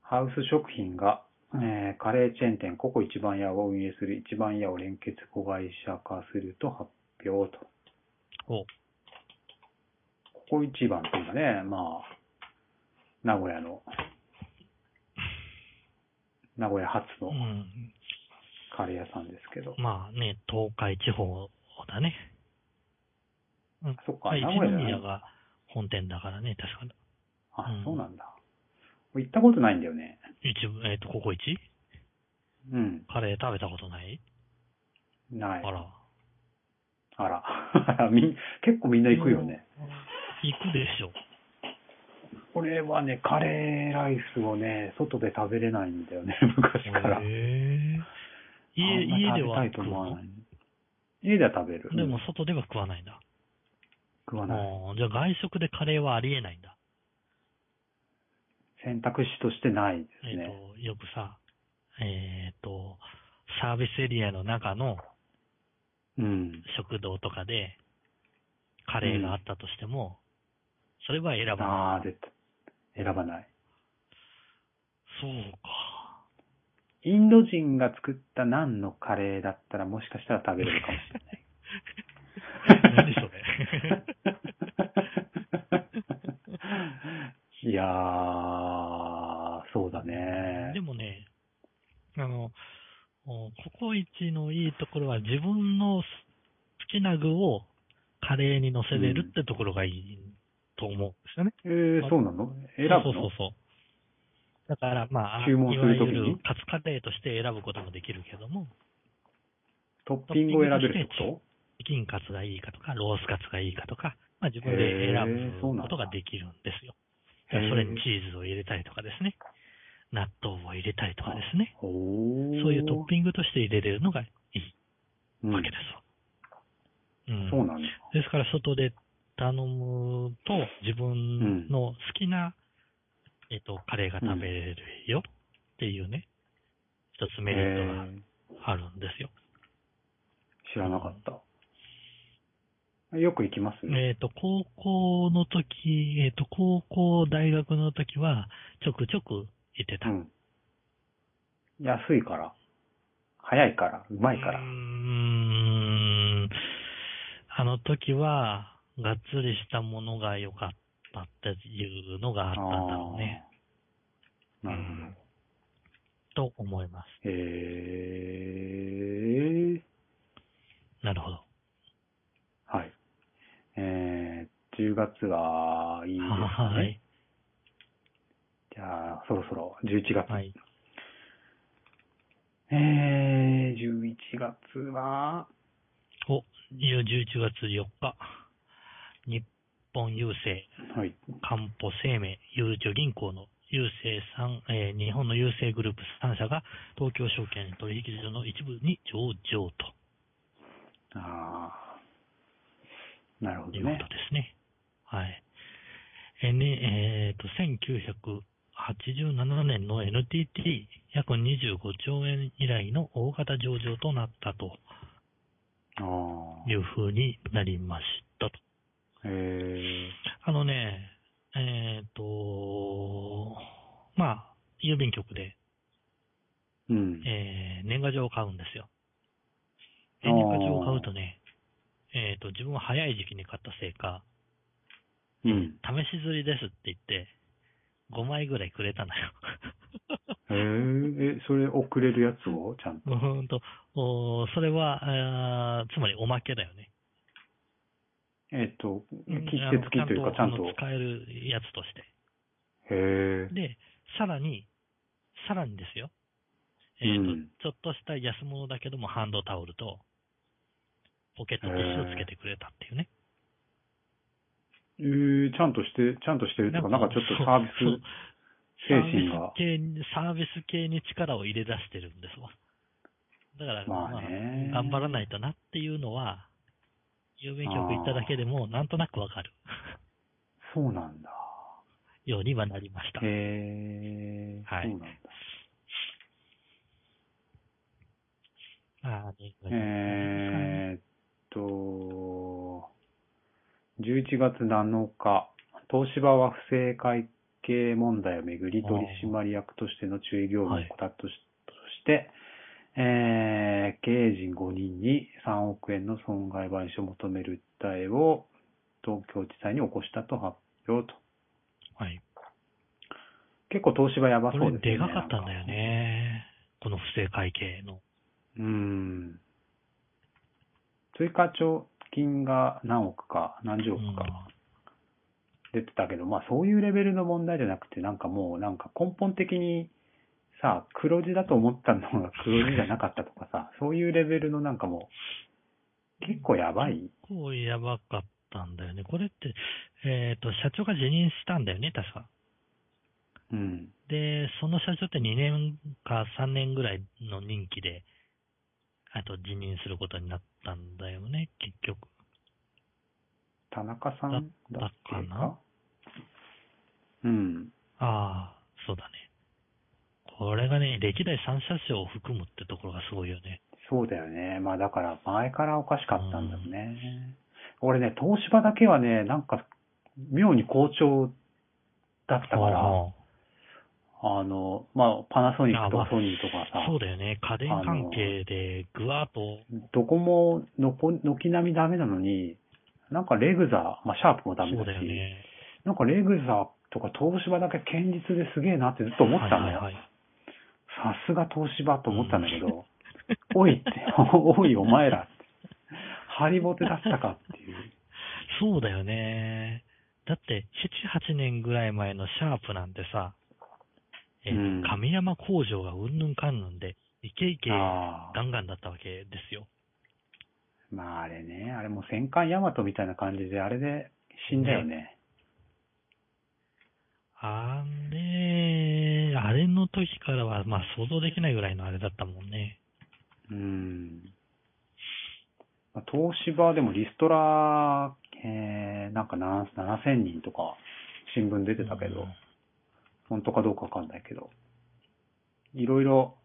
Speaker 1: ハウス食品が、えーカレーチェーン店ココ一番屋を運営する一番屋を連結子会社化すると発表と。
Speaker 2: お、
Speaker 1: ココ一番っていうのはね、まあ、名古屋の、名古屋発
Speaker 2: う
Speaker 1: の
Speaker 2: ん。
Speaker 1: カレー屋さんですけど。
Speaker 2: まあね、東海地方だね。うん。
Speaker 1: そっか
Speaker 2: まあ一
Speaker 1: 名古屋じゃない
Speaker 2: 宮が本店だからね、確かう
Speaker 1: あ
Speaker 2: ん、
Speaker 1: そうなんだ。行ったことないんだよね。
Speaker 2: に。一部、えっ、と、ココイチ
Speaker 1: うん。
Speaker 2: カレー食べたことない、
Speaker 1: ない
Speaker 2: あ。ら。
Speaker 1: あら。 み結構みんな行くよね。
Speaker 2: 行くでしょ。
Speaker 1: 俺はね、カレーライスをね、外で食べれないんだよね、 昔から。
Speaker 2: へー家、
Speaker 1: あ
Speaker 2: 家
Speaker 1: んま食べ
Speaker 2: で
Speaker 1: た
Speaker 2: はい
Speaker 1: と
Speaker 2: 食う
Speaker 1: 思わ
Speaker 2: の
Speaker 1: ない。家では食べる。
Speaker 2: でも外では食わないんだ。
Speaker 1: 食わない。
Speaker 2: あーじゃあ外食でカレーはありえないんだ。
Speaker 1: 選択肢としてないで
Speaker 2: え
Speaker 1: す
Speaker 2: っ、
Speaker 1: ね。
Speaker 2: と、よくさ、えっ、と、サービスエリアの中の
Speaker 1: うん。
Speaker 2: 食堂とかでカレーがあったとしても、それは選ばない。
Speaker 1: ああ、絶対。選ばない。
Speaker 2: そうか。
Speaker 1: インド人が作った何のカレーだったらもしかしたら食べれるかもしれない。
Speaker 2: 何そ れ。
Speaker 1: いやー、そうだね
Speaker 2: で。もね、あの、おココイチのいいところは自分の好きな具をカレーに乗せれるってところがいいと思うんですよね。
Speaker 1: えー、そうなの選ぶの
Speaker 2: そうそうそうそう。だから、まあ、
Speaker 1: 注文するときに
Speaker 2: いわゆるカツカレーとして選ぶこともできるけども、
Speaker 1: トッピングを選べるってこ
Speaker 2: チキンカツがいいかとか、ロースカツがいいかとか、まあ自分
Speaker 1: へー
Speaker 2: で選ぶ
Speaker 1: そうなんだ
Speaker 2: ことができるんですよ。
Speaker 1: へー
Speaker 2: それにチーズを入れたりとかですね。納豆を入れたりとかですね。
Speaker 1: とおー
Speaker 2: そういうトッピングとして入れれるのがいい
Speaker 1: うん
Speaker 2: わけですわ。うん。
Speaker 1: そうなんだ。
Speaker 2: ですから、外で頼むと、自分の好きな、えっと、カレーが食べれるよっていうね、一つメリット
Speaker 1: えー
Speaker 2: があるんですよ。
Speaker 1: 知らなかった。よく行きますね。
Speaker 2: えっと、高校の時、えっと、高校、大学の時は、ちょくちょく行ってた。
Speaker 1: うん。安いから。早いから。うまいから
Speaker 2: うー。ん。あの時は、がっつりしたものが良かったっていうのがあったんだろうね。
Speaker 1: あー。なるほど。
Speaker 2: と思います。
Speaker 1: えー、
Speaker 2: なるほど。
Speaker 1: はい。えー、10月はいいですね。
Speaker 2: はい。
Speaker 1: じゃあ、そろそろ11月。
Speaker 2: はい。
Speaker 1: えー、11月は、
Speaker 2: お、いよ11月4日、日本郵政、
Speaker 1: はい。
Speaker 2: 官保生命、ゆうちょ銀行の郵政三、えー日本の郵政グループ3社が東京証券取引所の一部に上場
Speaker 1: あー、なるほ
Speaker 2: とい
Speaker 1: ど
Speaker 2: うこと
Speaker 1: ね
Speaker 2: で。すね。はい。えーね、えーと、1987年の NTT 約25兆円以来の大型上場となったと
Speaker 1: あ
Speaker 2: い
Speaker 1: ー。
Speaker 2: うふうになりましたと。
Speaker 1: え
Speaker 2: あのね、えっ、と、まあ、郵便局で、
Speaker 1: ー、うん。
Speaker 2: えー年賀状を買うんですよ。
Speaker 1: あ
Speaker 2: で
Speaker 1: ー
Speaker 2: 年賀状を買うとね、えっ、と、自分は早い時期に買ったせいか、
Speaker 1: うん。
Speaker 2: 試し釣りですって言って、5枚ぐらいくれた のよ。
Speaker 1: えー、え、それ送れるやつをちゃんと。
Speaker 2: うーんと、おーそれは、あーつまりおまけだよね。
Speaker 1: えっ、と、切
Speaker 2: うん
Speaker 1: 手付きというか、ちゃ
Speaker 2: あ
Speaker 1: ん
Speaker 2: の
Speaker 1: と。
Speaker 2: あの使えるやつとして。
Speaker 1: へー。
Speaker 2: で、さらに、さらにですよ。えっ、と、
Speaker 1: うん
Speaker 2: ちょっとした安物だけどもハンドタオルと、ポケットティッシュをつけてくれたっていうね。
Speaker 1: えー、ちゃんとして、ちゃんとしてるとか、なんかちょっとサービ
Speaker 2: そう
Speaker 1: ス精神が
Speaker 2: サービス。系に、サービス系に力を入れ出してるんですわ。だから、
Speaker 1: まあね
Speaker 2: 頑張らないとなっていうのは、郵便局行っただけでもなんとなくわかる。
Speaker 1: そうなんだ。
Speaker 2: 喜ようにはなりました。
Speaker 1: へえ。
Speaker 2: はい
Speaker 1: そうなんだ。
Speaker 2: まあね、
Speaker 1: えーっと、11月7日、東芝は不正会計問題をめぐり
Speaker 2: あー
Speaker 1: 取締役としての注意業務を
Speaker 2: はい
Speaker 1: 怠ったとし,、て、えー経営陣5人に3億円の損害賠償を求める訴えを東京地裁に起こしたと発表と。
Speaker 2: はい。
Speaker 1: 結構東芝やば
Speaker 2: こ
Speaker 1: そうです
Speaker 2: れ
Speaker 1: ね。
Speaker 2: でかかったんだよ
Speaker 1: なんか。
Speaker 2: ね。この不正会計の。
Speaker 1: うん。追加徴金が何億か、何十億か。出てたけど、まあそういうレベルの問題じゃなくて、なんかもうなんか根本的にさ、黒字だと思ったのが黒字じゃなかったとかさ、そういうレベルのなんかもう、結構やばい。
Speaker 2: うん。こうやばかったんだよね。これって、えっ、と、社長が辞任したんだよね、確か。
Speaker 1: うん。
Speaker 2: で、その社長って2年か3年ぐらいの任期で、あと辞任することになったんだよね、結局。
Speaker 1: 田中さんだっけ
Speaker 2: だったかな
Speaker 1: うん。
Speaker 2: ああ、そうだね。これがね、歴代3社長を含むってところがすごいよね。
Speaker 1: そうだよね。まあだから前からおかしかったんだろうね。俺ね、東芝だけはね、なんか妙に好調だったから、
Speaker 2: あ
Speaker 1: あの、まあパナソニックと
Speaker 2: あま
Speaker 1: か
Speaker 2: あ
Speaker 1: ソニーとかさ
Speaker 2: あ、そうだよね。家電関係でぐわーっと、
Speaker 1: どこものこ、軒並みダメなのに、なんかレグザ、まあ、シャープもダメ
Speaker 2: そ
Speaker 1: だ
Speaker 2: うだよ
Speaker 1: し、
Speaker 2: ね。
Speaker 1: なんかレグザとか東芝だけ堅実ですげえなってずっと思ってたんだよ。
Speaker 2: はいはいはい
Speaker 1: さすが東芝と思ったんだけど、おいって、 おいお前らって、ハリボテだったかっていう。
Speaker 2: そうだよね。だって、7、8年ぐらい前のシャープなんてさ、えー
Speaker 1: うん
Speaker 2: 亀山工場がうんぬんかんぬんで、イケイケ
Speaker 1: あ
Speaker 2: ガンガンだったわけですよ。
Speaker 1: ーまああれね、あれもう戦艦ヤマトみたいな感じで、あれで死んだよね。
Speaker 2: あれ、あれの時からは、まあ想像できないぐらいのあれだったもんね。
Speaker 1: うん。まあ東芝でもリストラ、えー、なんかな7000人とか新聞出てたけど、
Speaker 2: うん
Speaker 1: 本当かどうかわかんないけど、いろいろ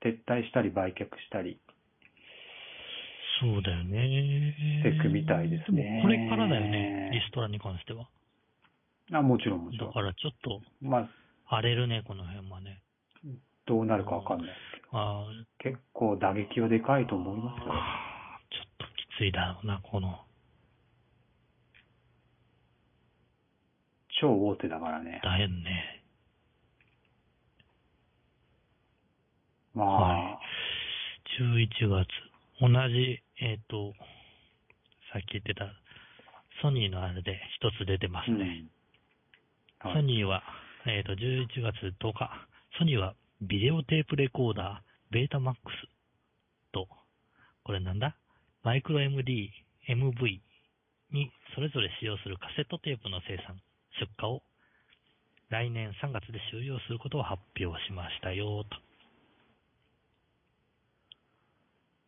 Speaker 1: 撤退したり売却したり、
Speaker 2: そうだよね。
Speaker 1: してくみたいですね
Speaker 2: もこれからだよね、リストラに関しては。
Speaker 1: あもちろんもちろ
Speaker 2: だからちょっと
Speaker 1: ん。まあ、
Speaker 2: 荒れるね、この辺はね。
Speaker 1: どうなるかわかんない
Speaker 2: あ
Speaker 1: けど、結構打撃はでかいと思い
Speaker 2: ー
Speaker 1: ますよ。
Speaker 2: あー、ちょっときついだろうな、この。
Speaker 1: 超大手だからね。
Speaker 2: 大変ね。
Speaker 1: まあ、
Speaker 2: はい11月。同じ、えっ、と、さっき言ってた、ソニーのあれで一つ出てますね。
Speaker 1: うんは
Speaker 2: ソ
Speaker 1: い
Speaker 2: ニーは、えっ、と、11月10日、ソニーはビデオテープレコーダー、ベータマックスと、これなんだマイクロ MD、MV にそれぞれ使用するカセットテープの生産、出荷を来年3月で終了することを発表しましたよ、と。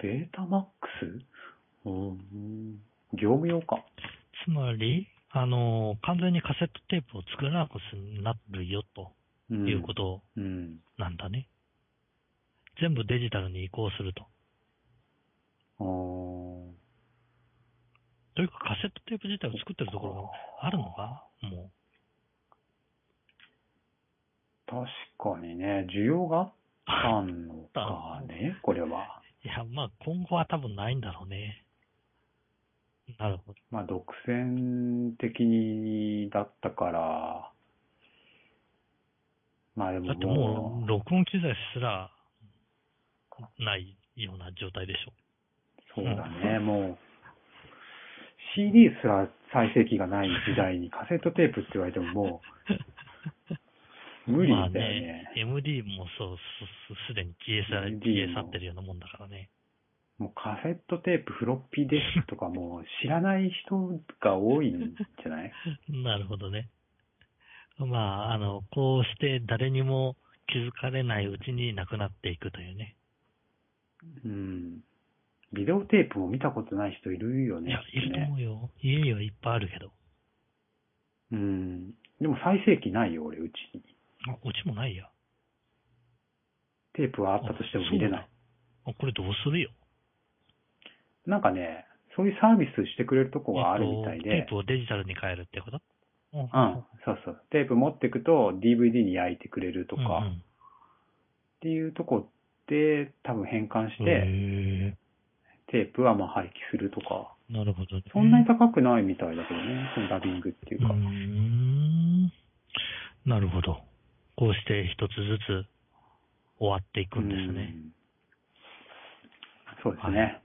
Speaker 1: ベータマックスうん。業務用か。
Speaker 2: つまり、あのー完全にカセットテープを作らなくなるよ、と
Speaker 1: うん
Speaker 2: いうことを
Speaker 1: うん。
Speaker 2: なんだね。全部デジタルに移行すると。
Speaker 1: あー
Speaker 2: というか、カセットテープ自体を作ってるところがあるのかもう。
Speaker 1: 確かにね、需要があったのかね、これは。
Speaker 2: いや、まあ、今後は多分ないんだろうね。なるほど。
Speaker 1: まあ、独占的にだったから、まあで
Speaker 2: だ
Speaker 1: も
Speaker 2: って
Speaker 1: も
Speaker 2: も
Speaker 1: う
Speaker 2: う、、録音機材すら、ないような状態でしょ。
Speaker 1: そうだね、もう、CD すら再生機がない時代にカ セットテープって言われてももう、無理だ
Speaker 2: まあ
Speaker 1: よ
Speaker 2: ね
Speaker 1: ね。。
Speaker 2: MD もそう、すすすでに消えさ
Speaker 1: MD
Speaker 2: 消
Speaker 1: も
Speaker 2: え去ってるようなもんだからね。
Speaker 1: もうカセットテープ、フロッピーディスクとかもう知らない人が多いんじゃない
Speaker 2: なるほどね。まあ、あの、こうして誰にも気づかれないうちになくなっていくというね。
Speaker 1: うん。ビデオテープも見たことない人いるよ
Speaker 2: い
Speaker 1: ね。
Speaker 2: や、い
Speaker 1: きっ
Speaker 2: る
Speaker 1: と
Speaker 2: と
Speaker 1: ね
Speaker 2: 思うよ。家にはいっぱいあるけど。
Speaker 1: うん。でも最盛期ないよ、俺、うちに。
Speaker 2: あ、うちもないや。
Speaker 1: テープはあったとしても見れない。
Speaker 2: あ、これどうするよ。
Speaker 1: なんかね、そういうサービスしてくれるとこがあるみたい
Speaker 2: えっとテ
Speaker 1: で
Speaker 2: ー、プをデジタルに変えるってことうん。うん
Speaker 1: うん、そうそう。テープ持ってくと DVD に焼いてくれるとか、っ
Speaker 2: ん
Speaker 1: ていうとこで多分変換し
Speaker 2: うん、
Speaker 1: て、
Speaker 2: へ
Speaker 1: テープはまあ廃棄するとか、
Speaker 2: ーなるほどね。
Speaker 1: そんなに高くないみたいだけどね、そのダビングっていう
Speaker 2: うー
Speaker 1: か。
Speaker 2: ん。なるほど。こうして一つずつ終わっていくんですね。
Speaker 1: うん。そうです
Speaker 2: は
Speaker 1: ね。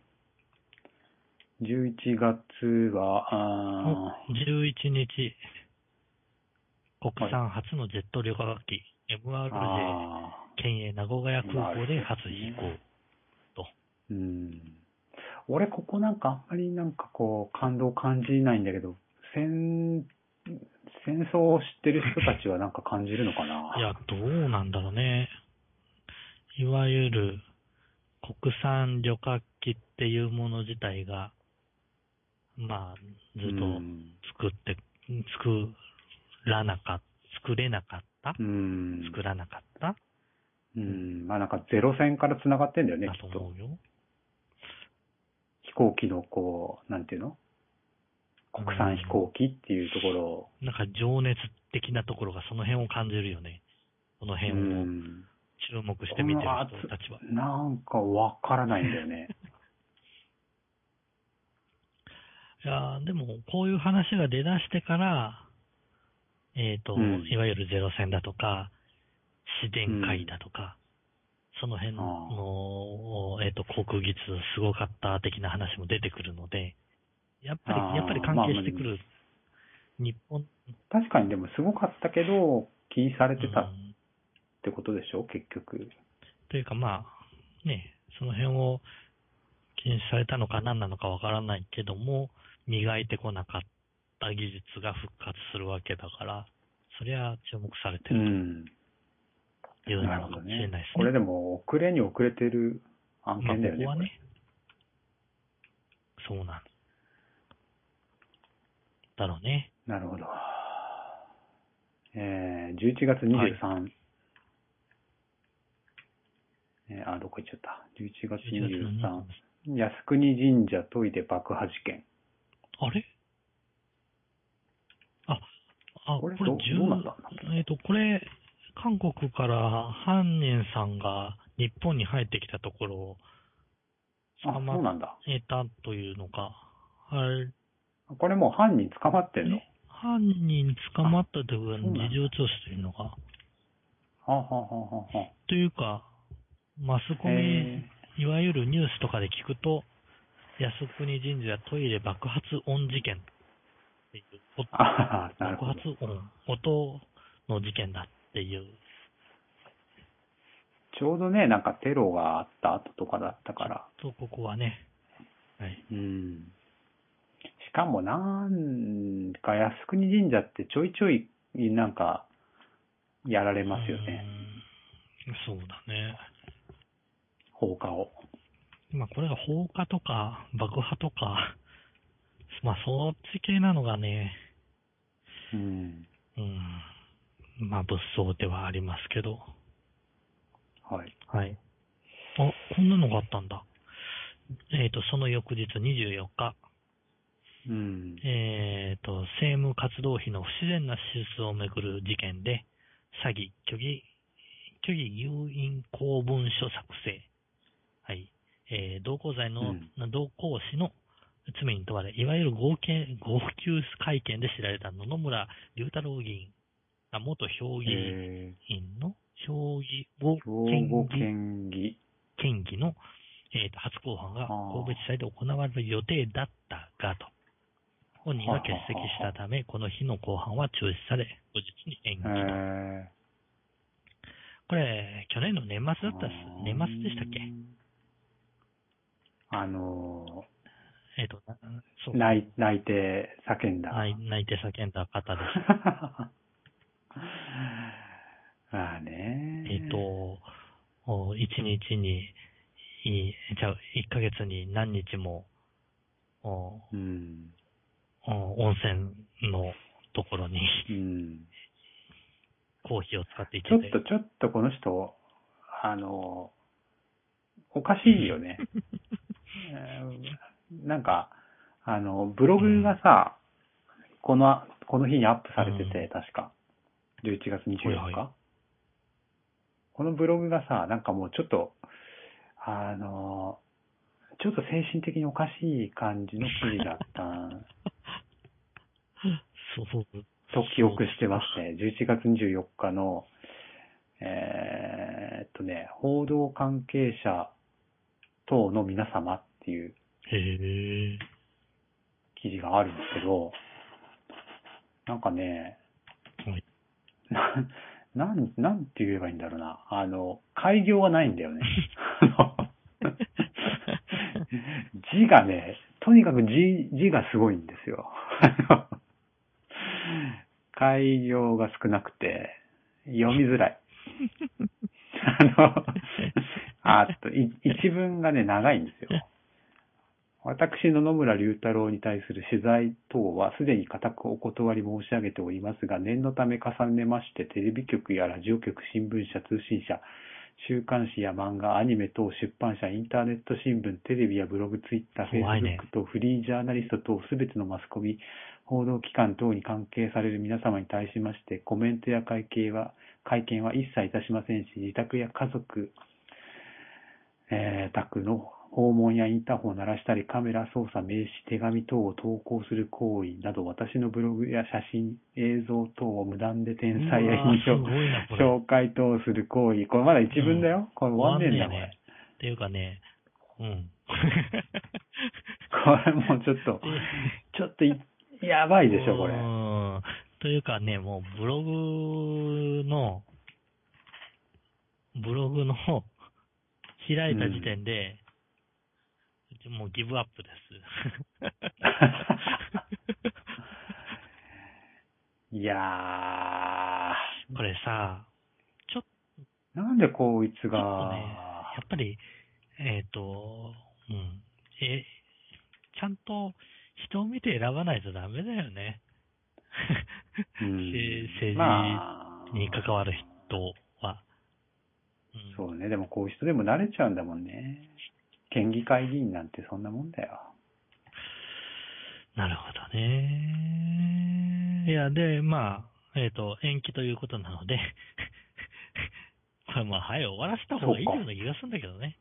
Speaker 1: 11月は、あ
Speaker 2: 11日、国産初のジェット旅客機、
Speaker 1: ー
Speaker 2: MRJ、
Speaker 1: あ
Speaker 2: 県営名古屋空港で初飛行。
Speaker 1: ー、うん。俺、ここなんかあんまりなんかこう、感動感じないんだけど、戦、戦争を知ってる人たちはなんか感じるのかな
Speaker 2: いや、どうなんだろうね。いわゆる、国産旅客機っていうもの自体が、まあ、ずっ
Speaker 1: う
Speaker 2: と
Speaker 1: ん
Speaker 2: 作って、作らなかっ作れなかった
Speaker 1: うん。
Speaker 2: 作らなかった
Speaker 1: うん。まあなんかゼロ戦から繋がってんだよね、
Speaker 2: だ
Speaker 1: き
Speaker 2: と
Speaker 1: っと
Speaker 2: 思。うよ。
Speaker 1: 飛行機のこう、なんていうの国産飛行機っていうところを、
Speaker 2: なんか情熱的なところがその辺を感じるよね。この辺
Speaker 1: う
Speaker 2: を
Speaker 1: ん
Speaker 2: 注目して見てる人たちは。
Speaker 1: なんかわからないんだよ ね。
Speaker 2: いやーでも、こういう話が出だしてから、えっ、と、
Speaker 1: うん
Speaker 2: いわゆるゼロ戦だとか、自然界だとか、その辺
Speaker 1: あ
Speaker 2: の、えっ、と、航空技術すごかった的な話も出てくるので、やっぱ
Speaker 1: あー
Speaker 2: り、やっぱり関係してくる、日本、
Speaker 1: 確かにでもすごかったけど、気にされてた
Speaker 2: う
Speaker 1: っ
Speaker 2: ん
Speaker 1: てことでしょ、結局。
Speaker 2: というかまあ、ね、その辺を禁止されたのか何なのかわからないけども、磨いてこなかった技術が復活するわけだから、そりゃ注目され
Speaker 1: う
Speaker 2: てる
Speaker 1: ん。
Speaker 2: という
Speaker 1: な
Speaker 2: な
Speaker 1: る
Speaker 2: の
Speaker 1: ほ
Speaker 2: か
Speaker 1: ど
Speaker 2: もしれ
Speaker 1: ね
Speaker 2: ないで。す
Speaker 1: こ
Speaker 2: ね。
Speaker 1: れでも遅れに遅れてる案
Speaker 2: まあ、
Speaker 1: 件だよ
Speaker 2: こ
Speaker 1: ね。
Speaker 2: こは
Speaker 1: こ
Speaker 2: ね、そうなんだろうね。
Speaker 1: れなるほど。えー、11月23、えーあ、どこ行っちゃった。11月
Speaker 2: 11月の
Speaker 1: 23、靖国神社トイレ爆破事件。
Speaker 2: あれあ、あ、
Speaker 1: こ
Speaker 2: こ
Speaker 1: れ
Speaker 2: れ
Speaker 1: どうどうなったんだ
Speaker 2: 10、えっ、と、これ、韓国から犯人さんが日本に入ってきたところを
Speaker 1: あ、
Speaker 2: 捕
Speaker 1: そう
Speaker 2: ま
Speaker 1: なんだ。
Speaker 2: えたというのか、あれ、
Speaker 1: これもう犯人捕まってんの
Speaker 2: え犯人捕まったという
Speaker 1: あ
Speaker 2: か
Speaker 1: そうなんだ
Speaker 2: 事情聴取というのか、
Speaker 1: はあ、はあはあはあは
Speaker 2: というか、マス
Speaker 1: あ、
Speaker 2: コミ
Speaker 1: え
Speaker 2: いわゆるニュースとかで聞くと、靖国神社トイレ爆発音事件っていう、お
Speaker 1: ー、ああ、なる
Speaker 2: 爆
Speaker 1: ほど
Speaker 2: 発。音、音の事件だっていう、
Speaker 1: ちょうどね、なんかテロがあった後とかだったから。
Speaker 2: とここはね、はい、
Speaker 1: うん。しかもなんか、靖国神社ってちょいちょい、なんか、やられますよね。
Speaker 2: うーん。そうだね。
Speaker 1: 放火を。
Speaker 2: まあこれが放火とか爆破とか、まあそっち系なのがね、
Speaker 1: うん。
Speaker 2: うん、まあ物騒ではありますけど、
Speaker 1: はい。
Speaker 2: はい。あ、こんなのがあったんだ。えっ、と、その翌日24日、
Speaker 1: うん。
Speaker 2: えっ、と、政務活動費の不自然な支出をめぐる事件で、詐欺、虚偽、虚偽誘引公文書作成。はい。えー同行罪の、同行死の罪に問われ、いわゆる合計、合級会見で知られた野々村龍太郎議員、あ元評議
Speaker 1: え
Speaker 2: 員の、評議後
Speaker 1: ー、兵
Speaker 2: 県
Speaker 1: 庫
Speaker 2: 議
Speaker 1: 県議。
Speaker 2: 県議の、えーと初公判が
Speaker 1: あー
Speaker 2: 神戸地裁で行われる予定だったがと、本人が欠席したため、この日の公判は中止され、後日に延
Speaker 1: え
Speaker 2: 期と。
Speaker 1: ー、
Speaker 2: これ、去年の年末だったっす
Speaker 1: あー。
Speaker 2: 年末でしたっけ
Speaker 1: あの
Speaker 2: えっ、と、なそう
Speaker 1: ー、泣い泣いて叫んだ。
Speaker 2: 泣い泣いて叫んだ方です。
Speaker 1: まあね。
Speaker 2: えっ、と、お一日に、いじゃあ、1ヶ月に何日も、お
Speaker 1: うん。
Speaker 2: お温泉のところに
Speaker 1: うん。
Speaker 2: コーヒーを使ってい
Speaker 1: ちょっ
Speaker 2: ただいて
Speaker 1: と、。ちょっとこの人、あの、おかしいよ ね。うんなんか、あの、ブログがさ、この、この日にアップされて
Speaker 2: う
Speaker 1: て、確か。11月24日、
Speaker 2: はいは
Speaker 1: このブログがさ、なんかもうちょっと、あの、ちょっと精神的におかしい感じの記事だった
Speaker 2: そう。
Speaker 1: と記憶してまして、11月24日の、えーっとね、報道関係者等の皆様っていう
Speaker 2: へえ。
Speaker 1: 記事があるんですけど、なんかね、
Speaker 2: はい
Speaker 1: な なん、なんて言えばいいんだろうな。あの、開業がないんだよね。あの字がね、とにかく字、字がすごいんですよ。あの開業が少なくて、読みづらい。あの、あと、い一文がね、長いんですよ。私、野々村龍太郎に対する取材等はすでに固くお断り申し上げておりますが、念のため重ねまして、テレビ局やラジオ局、新聞社、通信社、週刊誌や漫画、アニメ等、出版社、インターネット新聞、テレビやブログ、ツイッター、フェ
Speaker 2: 怖
Speaker 1: イ
Speaker 2: い
Speaker 1: スブ
Speaker 2: ね
Speaker 1: ックとフリージャーナリスト等、すべてのマスコミ、報道機関等に関係される皆様に対しまして、コメントや会見は、会見は一切いたしませんし、自宅や家族、えー宅の訪問やインターホンを鳴らしたり、カメラ操作、名刺、手紙等を投稿する行為など、私のブログや写真、映像等を無断で転載や
Speaker 2: うわー
Speaker 1: 印象
Speaker 2: すごいな、これ。
Speaker 1: 紹介等をする行為。これまだ一文だよ。これ終わんねえんだ、こ
Speaker 2: 終わ
Speaker 1: れ
Speaker 2: んね。っていうかね、うん。
Speaker 1: これもうちょっと、ちょっとい、やばいでしょ、これ
Speaker 2: う。ーんというかね、もうブログの、ブログの開いた時点で、もうギブアップです。
Speaker 1: いや
Speaker 2: これさ、ちょっ
Speaker 1: ー、なんでこいつ
Speaker 2: ちょっ
Speaker 1: が
Speaker 2: とね、やっぱり、えっ、と、うん、え、ちゃんと人を見て選ばないとダメだよね。
Speaker 1: うん
Speaker 2: せ政治
Speaker 1: まあ
Speaker 2: に関わる人は。うん
Speaker 1: そうね、でもこういう人でも慣れちゃうんだもんね。県議会議員なんてそんなもんだよ。
Speaker 2: なるほどね。いや、で、まあ、えっ、と、延期ということなので、 これまあ、早く終わらせた方がいいような気がするんだけどね。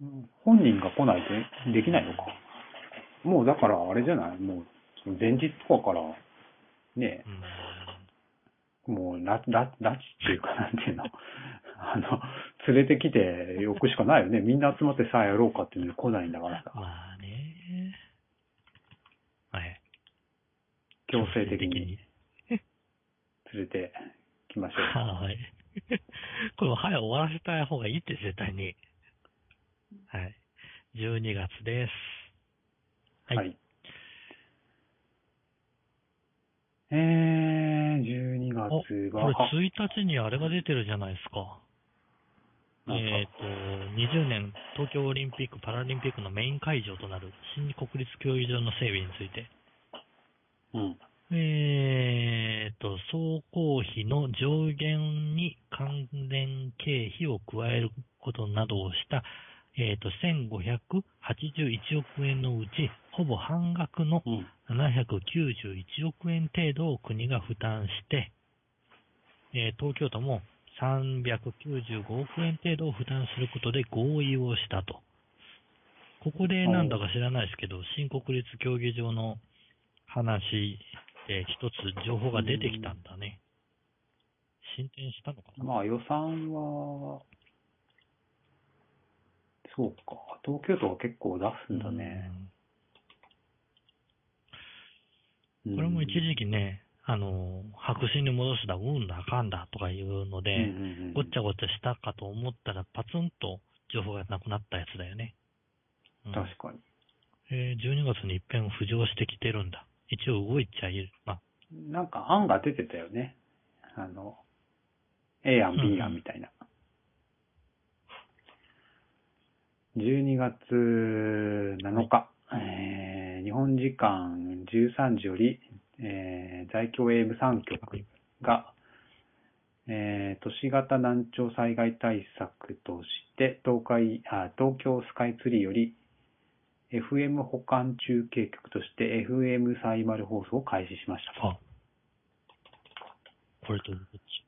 Speaker 1: うん本人が来ないとできないのか。もうだからあれじゃないもう前日とかから、ね
Speaker 2: うん
Speaker 1: もう拉拉拉致っていうかなんていうの。 あの、連れてきておくしかないよね。みんな集まってさあやろうかっていうのに来ないんだからさ。
Speaker 2: まあね。はい。
Speaker 1: 強制的に。連れてきましょ
Speaker 2: はい。 これも早く終わらせた方がいいって、絶対に。はい。12月です。は
Speaker 1: う。
Speaker 2: い。
Speaker 1: はい。えー、12
Speaker 2: お、こ
Speaker 1: 月が、
Speaker 2: れ
Speaker 1: あ
Speaker 2: 1日にあれが出てるじゃないですか。
Speaker 1: なんか
Speaker 2: えっ、と、20年東京オリンピック・パラリンピックのメイン会場となる新国立競技場の整備について、
Speaker 1: うん。
Speaker 2: えっ、と、総工費の上限に関連経費を加えることなどをした、えっ、と、1581億円のうち、ほぼ半額の
Speaker 1: うん。
Speaker 2: 791億円程度を国が負担して、えー東京都も395億円程度を負担することで合意をしたと。ここでなんだか知らないですけど、新国立競技場の話で一つ情報が出てきたんだね。進展したのかな
Speaker 1: まあ予算は、そうか。東京都は結構出すんだね。
Speaker 2: うん
Speaker 1: うん
Speaker 2: これも一時期ね、あの、白紙に戻すだ、うんだ、あかんだとかいうので、
Speaker 1: うんうんうん
Speaker 2: ごっちゃごっちゃしたかと思ったら、パツンと情報がなくなったやつだよね。うん
Speaker 1: 確かに。
Speaker 2: えー12月に一遍浮上してきてるんだ。一応動いちゃいる。まあ、
Speaker 1: なんか案が出てたよね。あの、A 案、B 案みたいな。12月7日、えー日本時間13時より、えー在京 AM3 局が、えー都市型難聴災害対策として、東海、あ東京スカイツリーより、FM 保管中継局として FM サイマル放送を開始しましたと。
Speaker 2: あ。これと、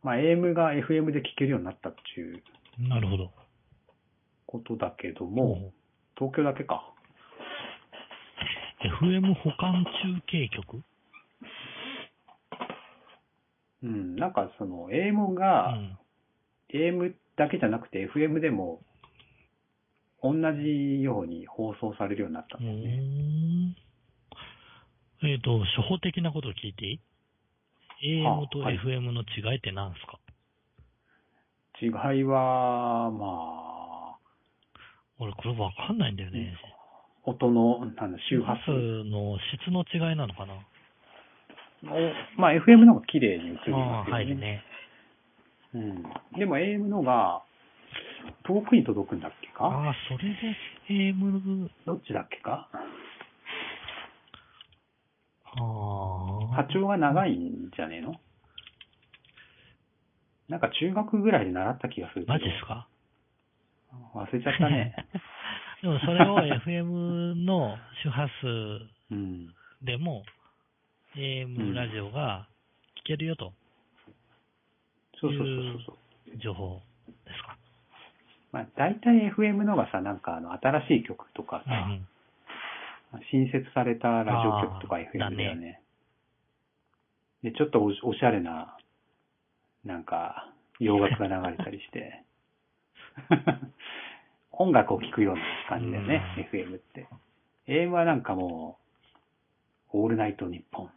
Speaker 1: まあ、AM が FM で聞けるようになったっていう
Speaker 2: なるほど。
Speaker 1: ことだけども、東京だけか。
Speaker 2: うん、FM 保管中継局
Speaker 1: うん、なんかその AM
Speaker 2: う
Speaker 1: が、
Speaker 2: ん。
Speaker 1: AM だけじゃなくて FM でも、同じように放送されるようになった
Speaker 2: うん
Speaker 1: だよね。
Speaker 2: ん。えっ、と、初歩的なことを聞いていい
Speaker 1: はあ
Speaker 2: ?AM と
Speaker 1: はい
Speaker 2: FM の違いって何すか、
Speaker 1: 違いは、まあ、
Speaker 2: 俺、これわかんないんだよね。
Speaker 1: 音の、なんだ、周波数を、
Speaker 2: の質の違いなのかな
Speaker 1: まあ FM の方が綺麗に映りま
Speaker 2: あ
Speaker 1: す
Speaker 2: あ、
Speaker 1: よ
Speaker 2: 入
Speaker 1: ね。
Speaker 2: るね。
Speaker 1: うん。でも AM のが、遠くに届くんだっけか
Speaker 2: ああ、それで AM、
Speaker 1: どっちだっけか
Speaker 2: あ
Speaker 1: 波
Speaker 2: あ、
Speaker 1: 長が長いんじゃねえのなんか中学ぐらいで習った気がするけど。
Speaker 2: マジっすか
Speaker 1: 忘れちゃったね。
Speaker 2: でもそれを FM の周波
Speaker 1: う
Speaker 2: 数
Speaker 1: ん。
Speaker 2: でも
Speaker 1: う
Speaker 2: AM
Speaker 1: ん
Speaker 2: ラジオが聞けるよと、
Speaker 1: そうそうそうそう。
Speaker 2: 情報ですか。
Speaker 1: まあ、大体 FM のがさ、なんかあの、新しい曲とか
Speaker 2: う
Speaker 1: さ、
Speaker 2: ん
Speaker 1: 新設されたラジオ局とか
Speaker 2: あー
Speaker 1: FM だよね
Speaker 2: だ。
Speaker 1: で、ちょっとおしおしゃれな、なんか、洋楽が流れたりして。音楽を聴くような感じだよね、FM って。AM はなんかもう、オールナイトニッポン。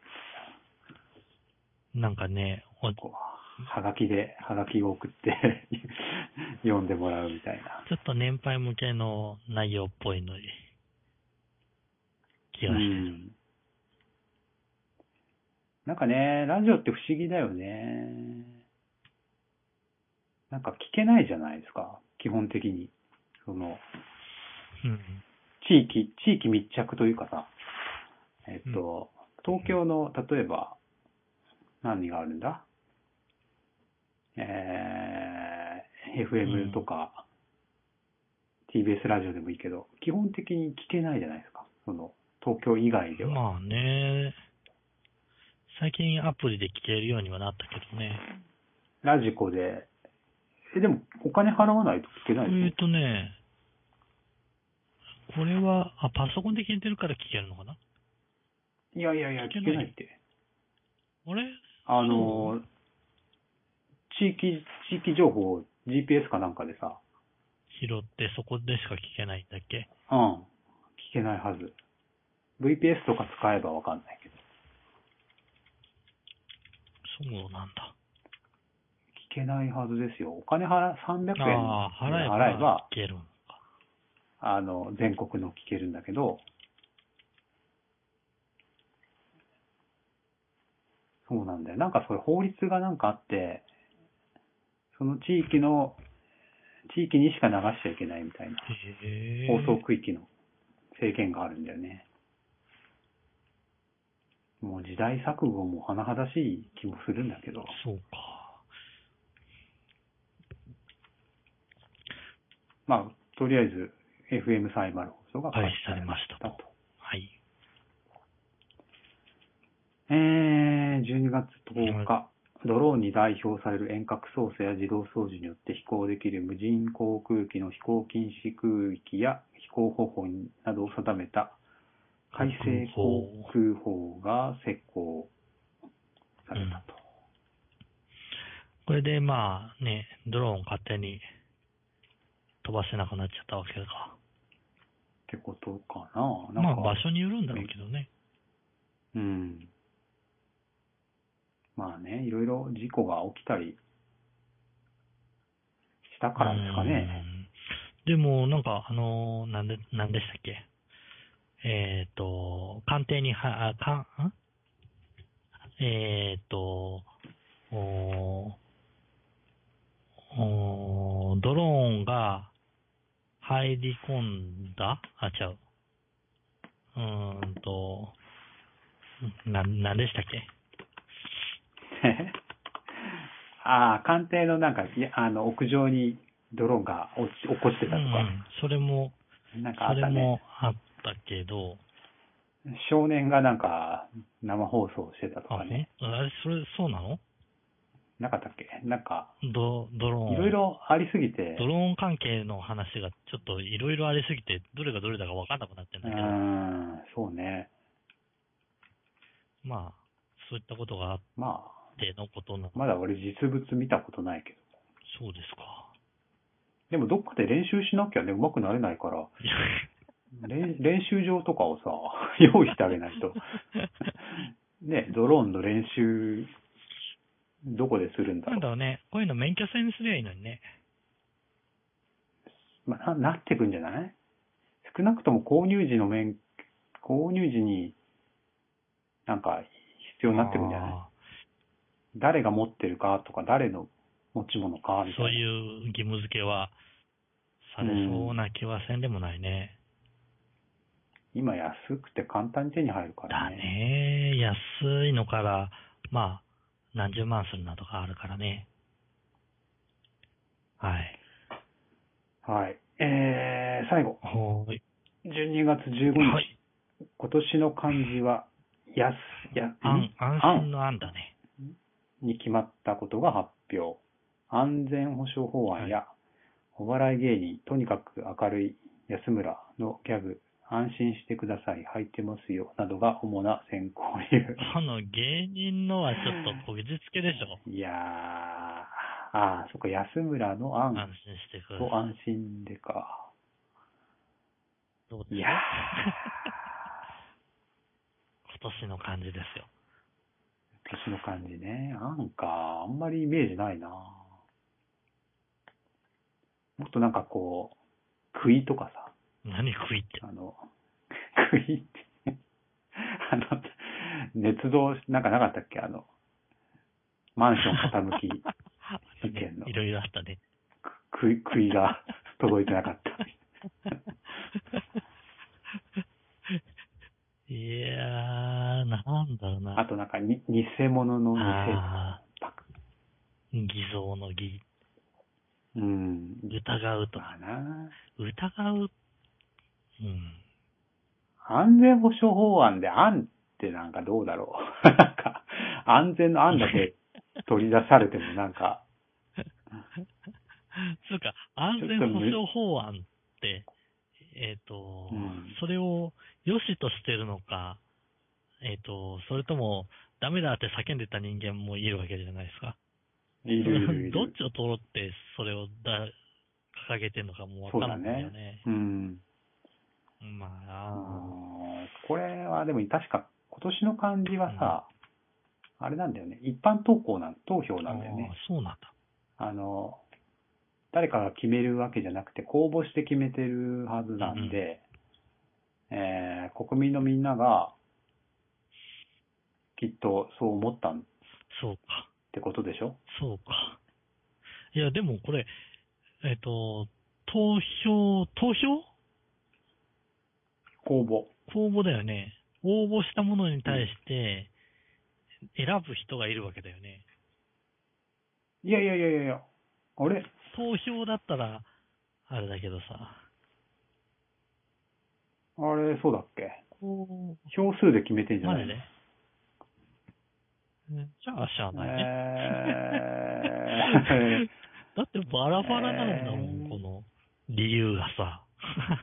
Speaker 2: うん。なんかね、おちょ
Speaker 1: こうはがきで、はがきを送って 読んでもらうみたいな。
Speaker 2: っと年配向けの内容っぽいのに気がしてる。
Speaker 1: うんなんかね、ラジオって不思議だよね。なんか聞けないじゃないですか、基本的に。その、
Speaker 2: うん。
Speaker 1: 地域、地域密着というかさ、えっと、東京の、例えば、何があるんだえー、
Speaker 2: うん
Speaker 1: FM とか、TBS ラジオでもいいけど、基本的に聞けないじゃないですか、その、東京以外では。
Speaker 2: まあね、最近アプリで聞けるようにはなったけどね。
Speaker 1: ラジコで、え、でも、お金払わないと聞けない
Speaker 2: え
Speaker 1: で
Speaker 2: っ、とね、これは、あ、パソコンで聞いてるから聞けるのかな
Speaker 1: すね。いやいやいや、聞
Speaker 2: 聞
Speaker 1: け
Speaker 2: け
Speaker 1: な
Speaker 2: ない
Speaker 1: いって。
Speaker 2: あれ
Speaker 1: あのー、地域、地域情報を GPS かなんかでさ、
Speaker 2: 拾ってそこでしか聞けないんだっけ
Speaker 1: うん、聞けないはず。VPS とか使えばわかんないけど、
Speaker 2: そうなんだ。
Speaker 1: 聞けないはずですよ。お金払、300円
Speaker 2: ああ、払えば
Speaker 1: 払えば、
Speaker 2: 聞けるのか。
Speaker 1: あの、全国の聞けるんだけど、そうなんだよ。なんかそれ法律がなんかあって、その地域の、地域にしか流しちゃいけないみたいな、
Speaker 2: へえ。
Speaker 1: 放送区域の制限があるんだよね。もう時代錯誤も甚だしい気もするんだけど。
Speaker 2: そうか。
Speaker 1: まあ、とりあえず、FM サイバル放送が
Speaker 2: 開始されました
Speaker 1: 開始されましたと。
Speaker 2: はい。
Speaker 1: えー、12月10日、ドローンに代表される遠隔操作や自動操縦によって飛行できる無人航空機の飛行禁止空域や飛行方法などを定めた改正航空法が施行されたと。
Speaker 2: これでまあね、ドローン勝手に飛ばせなくなっちゃったわけか。
Speaker 1: ってことかな
Speaker 2: ま
Speaker 1: なん
Speaker 2: あ
Speaker 1: か、
Speaker 2: 場所によるんだろうけどね。
Speaker 1: うん。まあね、いろいろ事故が起きたりしたからですかね。
Speaker 2: うん。でもなんかあのーなんで、なんでしたっけ。えっ、と、官邸には、あ、かん、んえっ、と、おーおードローンが入り込んだあ、ちゃう。うーんと、な、なんでしたっけ
Speaker 1: ああ、官邸のなんか、いやあの、屋上に泥が落ち、落っこちて
Speaker 2: う
Speaker 1: たとか、
Speaker 2: ん、それも、
Speaker 1: なんかあ
Speaker 2: そ
Speaker 1: っ
Speaker 2: れ
Speaker 1: たね。
Speaker 2: もあったけど、
Speaker 1: 少年がなんか、生放送してたと
Speaker 2: あ
Speaker 1: かね。
Speaker 2: ほんあれ、それ、そうなの
Speaker 1: なかったっけなんか、
Speaker 2: ドドローン。
Speaker 1: いろいろありすぎて、
Speaker 2: ドローン関係の話がちょっといろいろありすぎて、どれがどれだか分かんなくなってん
Speaker 1: う
Speaker 2: だけど、
Speaker 1: ん、そうね。
Speaker 2: まあ、そういったことがあっ
Speaker 1: まあ、
Speaker 2: てのことな、
Speaker 1: まだ俺実物見たことないけど。
Speaker 2: そうですか。
Speaker 1: でもどっかで練習しなきゃね、上手くなれないから、
Speaker 2: いや
Speaker 1: 練練習場とかをさ、 用意してあげない と。ね、ドローンの練習、どこでするんだ
Speaker 2: な
Speaker 1: ろ
Speaker 2: ん
Speaker 1: う。
Speaker 2: だろうね、こういうの免許制にすりゃいいのにね。
Speaker 1: まあ、ななってくんじゃない少なくとも購入時の面、購入時に、なんか必要になってくんじゃない
Speaker 2: あ
Speaker 1: 誰が持ってるかとか、誰の持ち物か、み
Speaker 2: ー
Speaker 1: たいな。
Speaker 2: そういう義務付けはされそうな気はせんでもないね。
Speaker 1: 今安くて簡単に手に入るから
Speaker 2: だね、安いのから、まあ、何十万するなとかあるからね。はい。
Speaker 1: はい。えー、最後。
Speaker 2: ほーい。
Speaker 1: 12月15日。
Speaker 2: はい。
Speaker 1: 今年の漢字は、やす、や、
Speaker 2: 安、安心の安だね。
Speaker 1: に決まったことが発表。安全保障法案や、お笑い芸人、とにかく明るい安村のギャグ、安心してください、入ってますよ、などが主な選考理由。
Speaker 2: その芸人のはちょっとこぎつけでしょ。
Speaker 1: いやー、ああ、そっか、安村の
Speaker 2: 安
Speaker 1: 案
Speaker 2: 心してくだ
Speaker 1: と
Speaker 2: さい。
Speaker 1: 安心でか。
Speaker 2: どうです
Speaker 1: い
Speaker 2: か
Speaker 1: や
Speaker 2: 今年の感じですよ。
Speaker 1: ー、今年の漢字ね、案か、あんまりイメージないな。もっとなんかこう、杭とかさ、
Speaker 2: 何食いって。
Speaker 1: あの、 クイって、あの、熱動、なんかなかったっけあの、マンション傾 き、意見の
Speaker 2: いろいろあったね。
Speaker 1: クイ、クイが届いてなかった。
Speaker 2: いやー、なんだろう
Speaker 1: あ
Speaker 2: な。
Speaker 1: となんかに、偽物の偽
Speaker 2: あ
Speaker 1: パク。
Speaker 2: ー偽造の偽。
Speaker 1: うん。
Speaker 2: 疑うと。
Speaker 1: まあな。
Speaker 2: 疑う。うん。
Speaker 1: 安全保障法案で安ってなんかどうだろう。 なんか、安全の安だけ取り出されてもなんか、
Speaker 2: そうか、安全保障法案って、えっ、と、
Speaker 1: うん
Speaker 2: それを良しとしてるのか、えっ、と、それとも、ダメだって叫んでた人間もいるわけじゃないですか。
Speaker 1: いるいるい
Speaker 2: どっ
Speaker 1: る。
Speaker 2: ちを取ろうって、それをだ掲げてるのかもわからないよね。
Speaker 1: うん。
Speaker 2: ま
Speaker 1: あ
Speaker 2: あ、
Speaker 1: ーこれはでも確か今年の漢字はさ、あれなんだよね。一般投稿なん、投票なんだよ
Speaker 2: あー
Speaker 1: ね。
Speaker 2: そうなんだ。
Speaker 1: あの、誰かが決めるわけじゃなくて、公募して決めてるはずなんで、えー国民のみんなが、きっとそう思ったんっ
Speaker 2: そうか、
Speaker 1: てことでしょ
Speaker 2: そうか。いや、でもこれ、えっ、と、投票、投票
Speaker 1: 公募。
Speaker 2: 公募だよね。応募したものに対して、選ぶ人がいるわけだよね。
Speaker 1: いやいやいやいやいや、あれ
Speaker 2: 投票だったら、あれだけどさ、
Speaker 1: あれ、そうだっけ
Speaker 2: こ
Speaker 1: 票数で決めてん
Speaker 2: う、
Speaker 1: じゃ
Speaker 2: ま
Speaker 1: な
Speaker 2: で
Speaker 1: いの
Speaker 2: ね。じゃあ、しゃあないね。
Speaker 1: えー
Speaker 2: だってバラバラなんだもん、
Speaker 1: えー
Speaker 2: この理由がさ。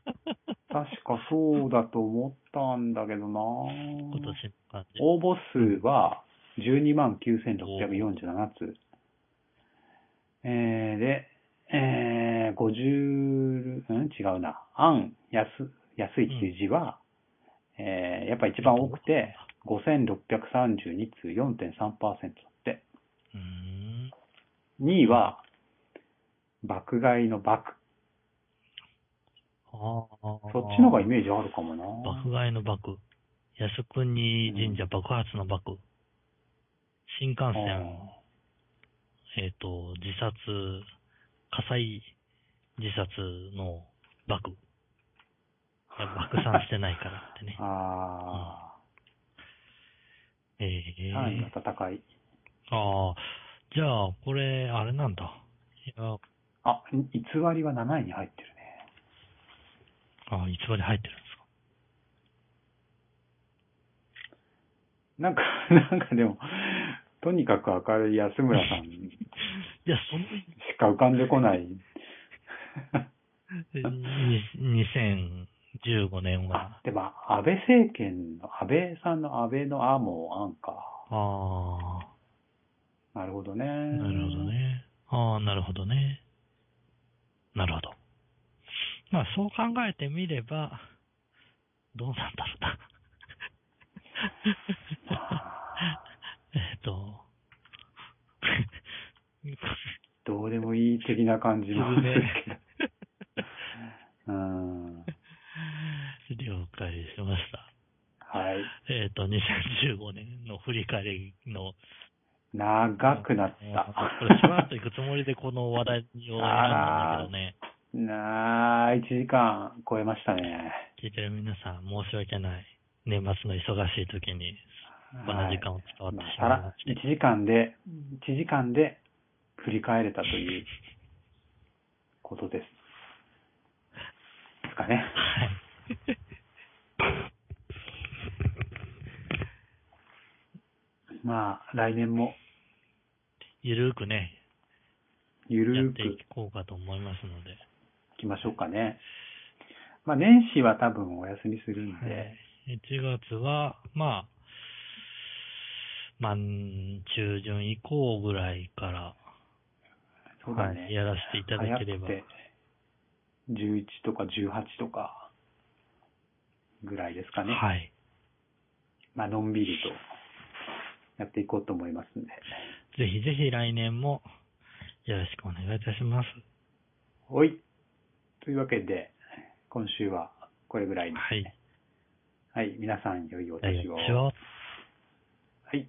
Speaker 1: 確かそうだと思ったんだけどな
Speaker 2: 今年の感じ。
Speaker 1: 応募数は12万9647通。えー、で、えー、50、うん違うな。安、安、安いっていう字は、えー、やっぱ一番多くて、5632通4.3%って。
Speaker 2: うーん。
Speaker 1: 2位は、爆買いの爆。
Speaker 2: ああ。
Speaker 1: そっちの方がイメージあるかもな
Speaker 2: 爆買いの爆。靖国神社爆発の爆。新幹
Speaker 1: あ
Speaker 2: 線
Speaker 1: ー。
Speaker 2: えっ、と、自殺、火災自殺の爆。いや爆散してないからってね
Speaker 1: あ
Speaker 2: え
Speaker 1: あ、
Speaker 2: え
Speaker 1: 単位の戦い。
Speaker 2: ああ、じゃあ、これ、あれなんだ。いや、
Speaker 1: あ、偽りは7位に入ってるね。
Speaker 2: あ、偽り入ってるんですか。
Speaker 1: なんか、 なんかでも、とにかく明るい安村さんし
Speaker 2: いや、その、
Speaker 1: か浮かんでこ ない。
Speaker 2: に2015年は
Speaker 1: あ、、でも、安倍政権の、安倍さんの安倍のあもあんか。
Speaker 2: あ
Speaker 1: なるほどね。
Speaker 2: あ、
Speaker 1: な
Speaker 2: なるほど。ね。ああ、なるほどね。なるほど。まあ、そう考えてみれば、どうなんだろう な。えっと、
Speaker 1: どうでもいい的な感じも
Speaker 2: す
Speaker 1: す
Speaker 2: るね
Speaker 1: るけど。うん。はい。
Speaker 2: 了解しました。えっ、と、2015年の振り返りの、
Speaker 1: 長くなっ
Speaker 2: これ、しばら
Speaker 1: た。
Speaker 2: く行くつもりでこの話題を選んだんだけどね、
Speaker 1: なあ、1時間超えましたね。
Speaker 2: 聞いてる皆さん、申し訳ない。年末の忙しい時に、この
Speaker 1: はい
Speaker 2: 時間を使わって
Speaker 1: まあ
Speaker 2: し
Speaker 1: さ
Speaker 2: まいま
Speaker 1: ら
Speaker 2: し、
Speaker 1: 1時間で、1時間で振り返れたということです。ですかね。まあ、来年も
Speaker 2: ゆるーくね、
Speaker 1: ゆ
Speaker 2: や
Speaker 1: る
Speaker 2: っ
Speaker 1: ー
Speaker 2: て
Speaker 1: く
Speaker 2: いこうかと思いますので。
Speaker 1: いきましょうかね。まあ、年始は多分お休みするんで、
Speaker 2: はい1月は、まあ、まあ、中旬以降ぐらいから、
Speaker 1: そうだ
Speaker 2: はい
Speaker 1: ね。
Speaker 2: やらせていただければ
Speaker 1: 早くて11とか18とかぐらいですかね。
Speaker 2: はい。
Speaker 1: まあ、のんびりとやっていこうと思いますんで。
Speaker 2: ぜひぜひ来年もよろしくお願いいたします。
Speaker 1: おい。というわけで、今週はこれぐらいに。
Speaker 2: はい。
Speaker 1: はい。皆さん、良いお
Speaker 2: 大
Speaker 1: 年を。
Speaker 2: 学を
Speaker 1: はい。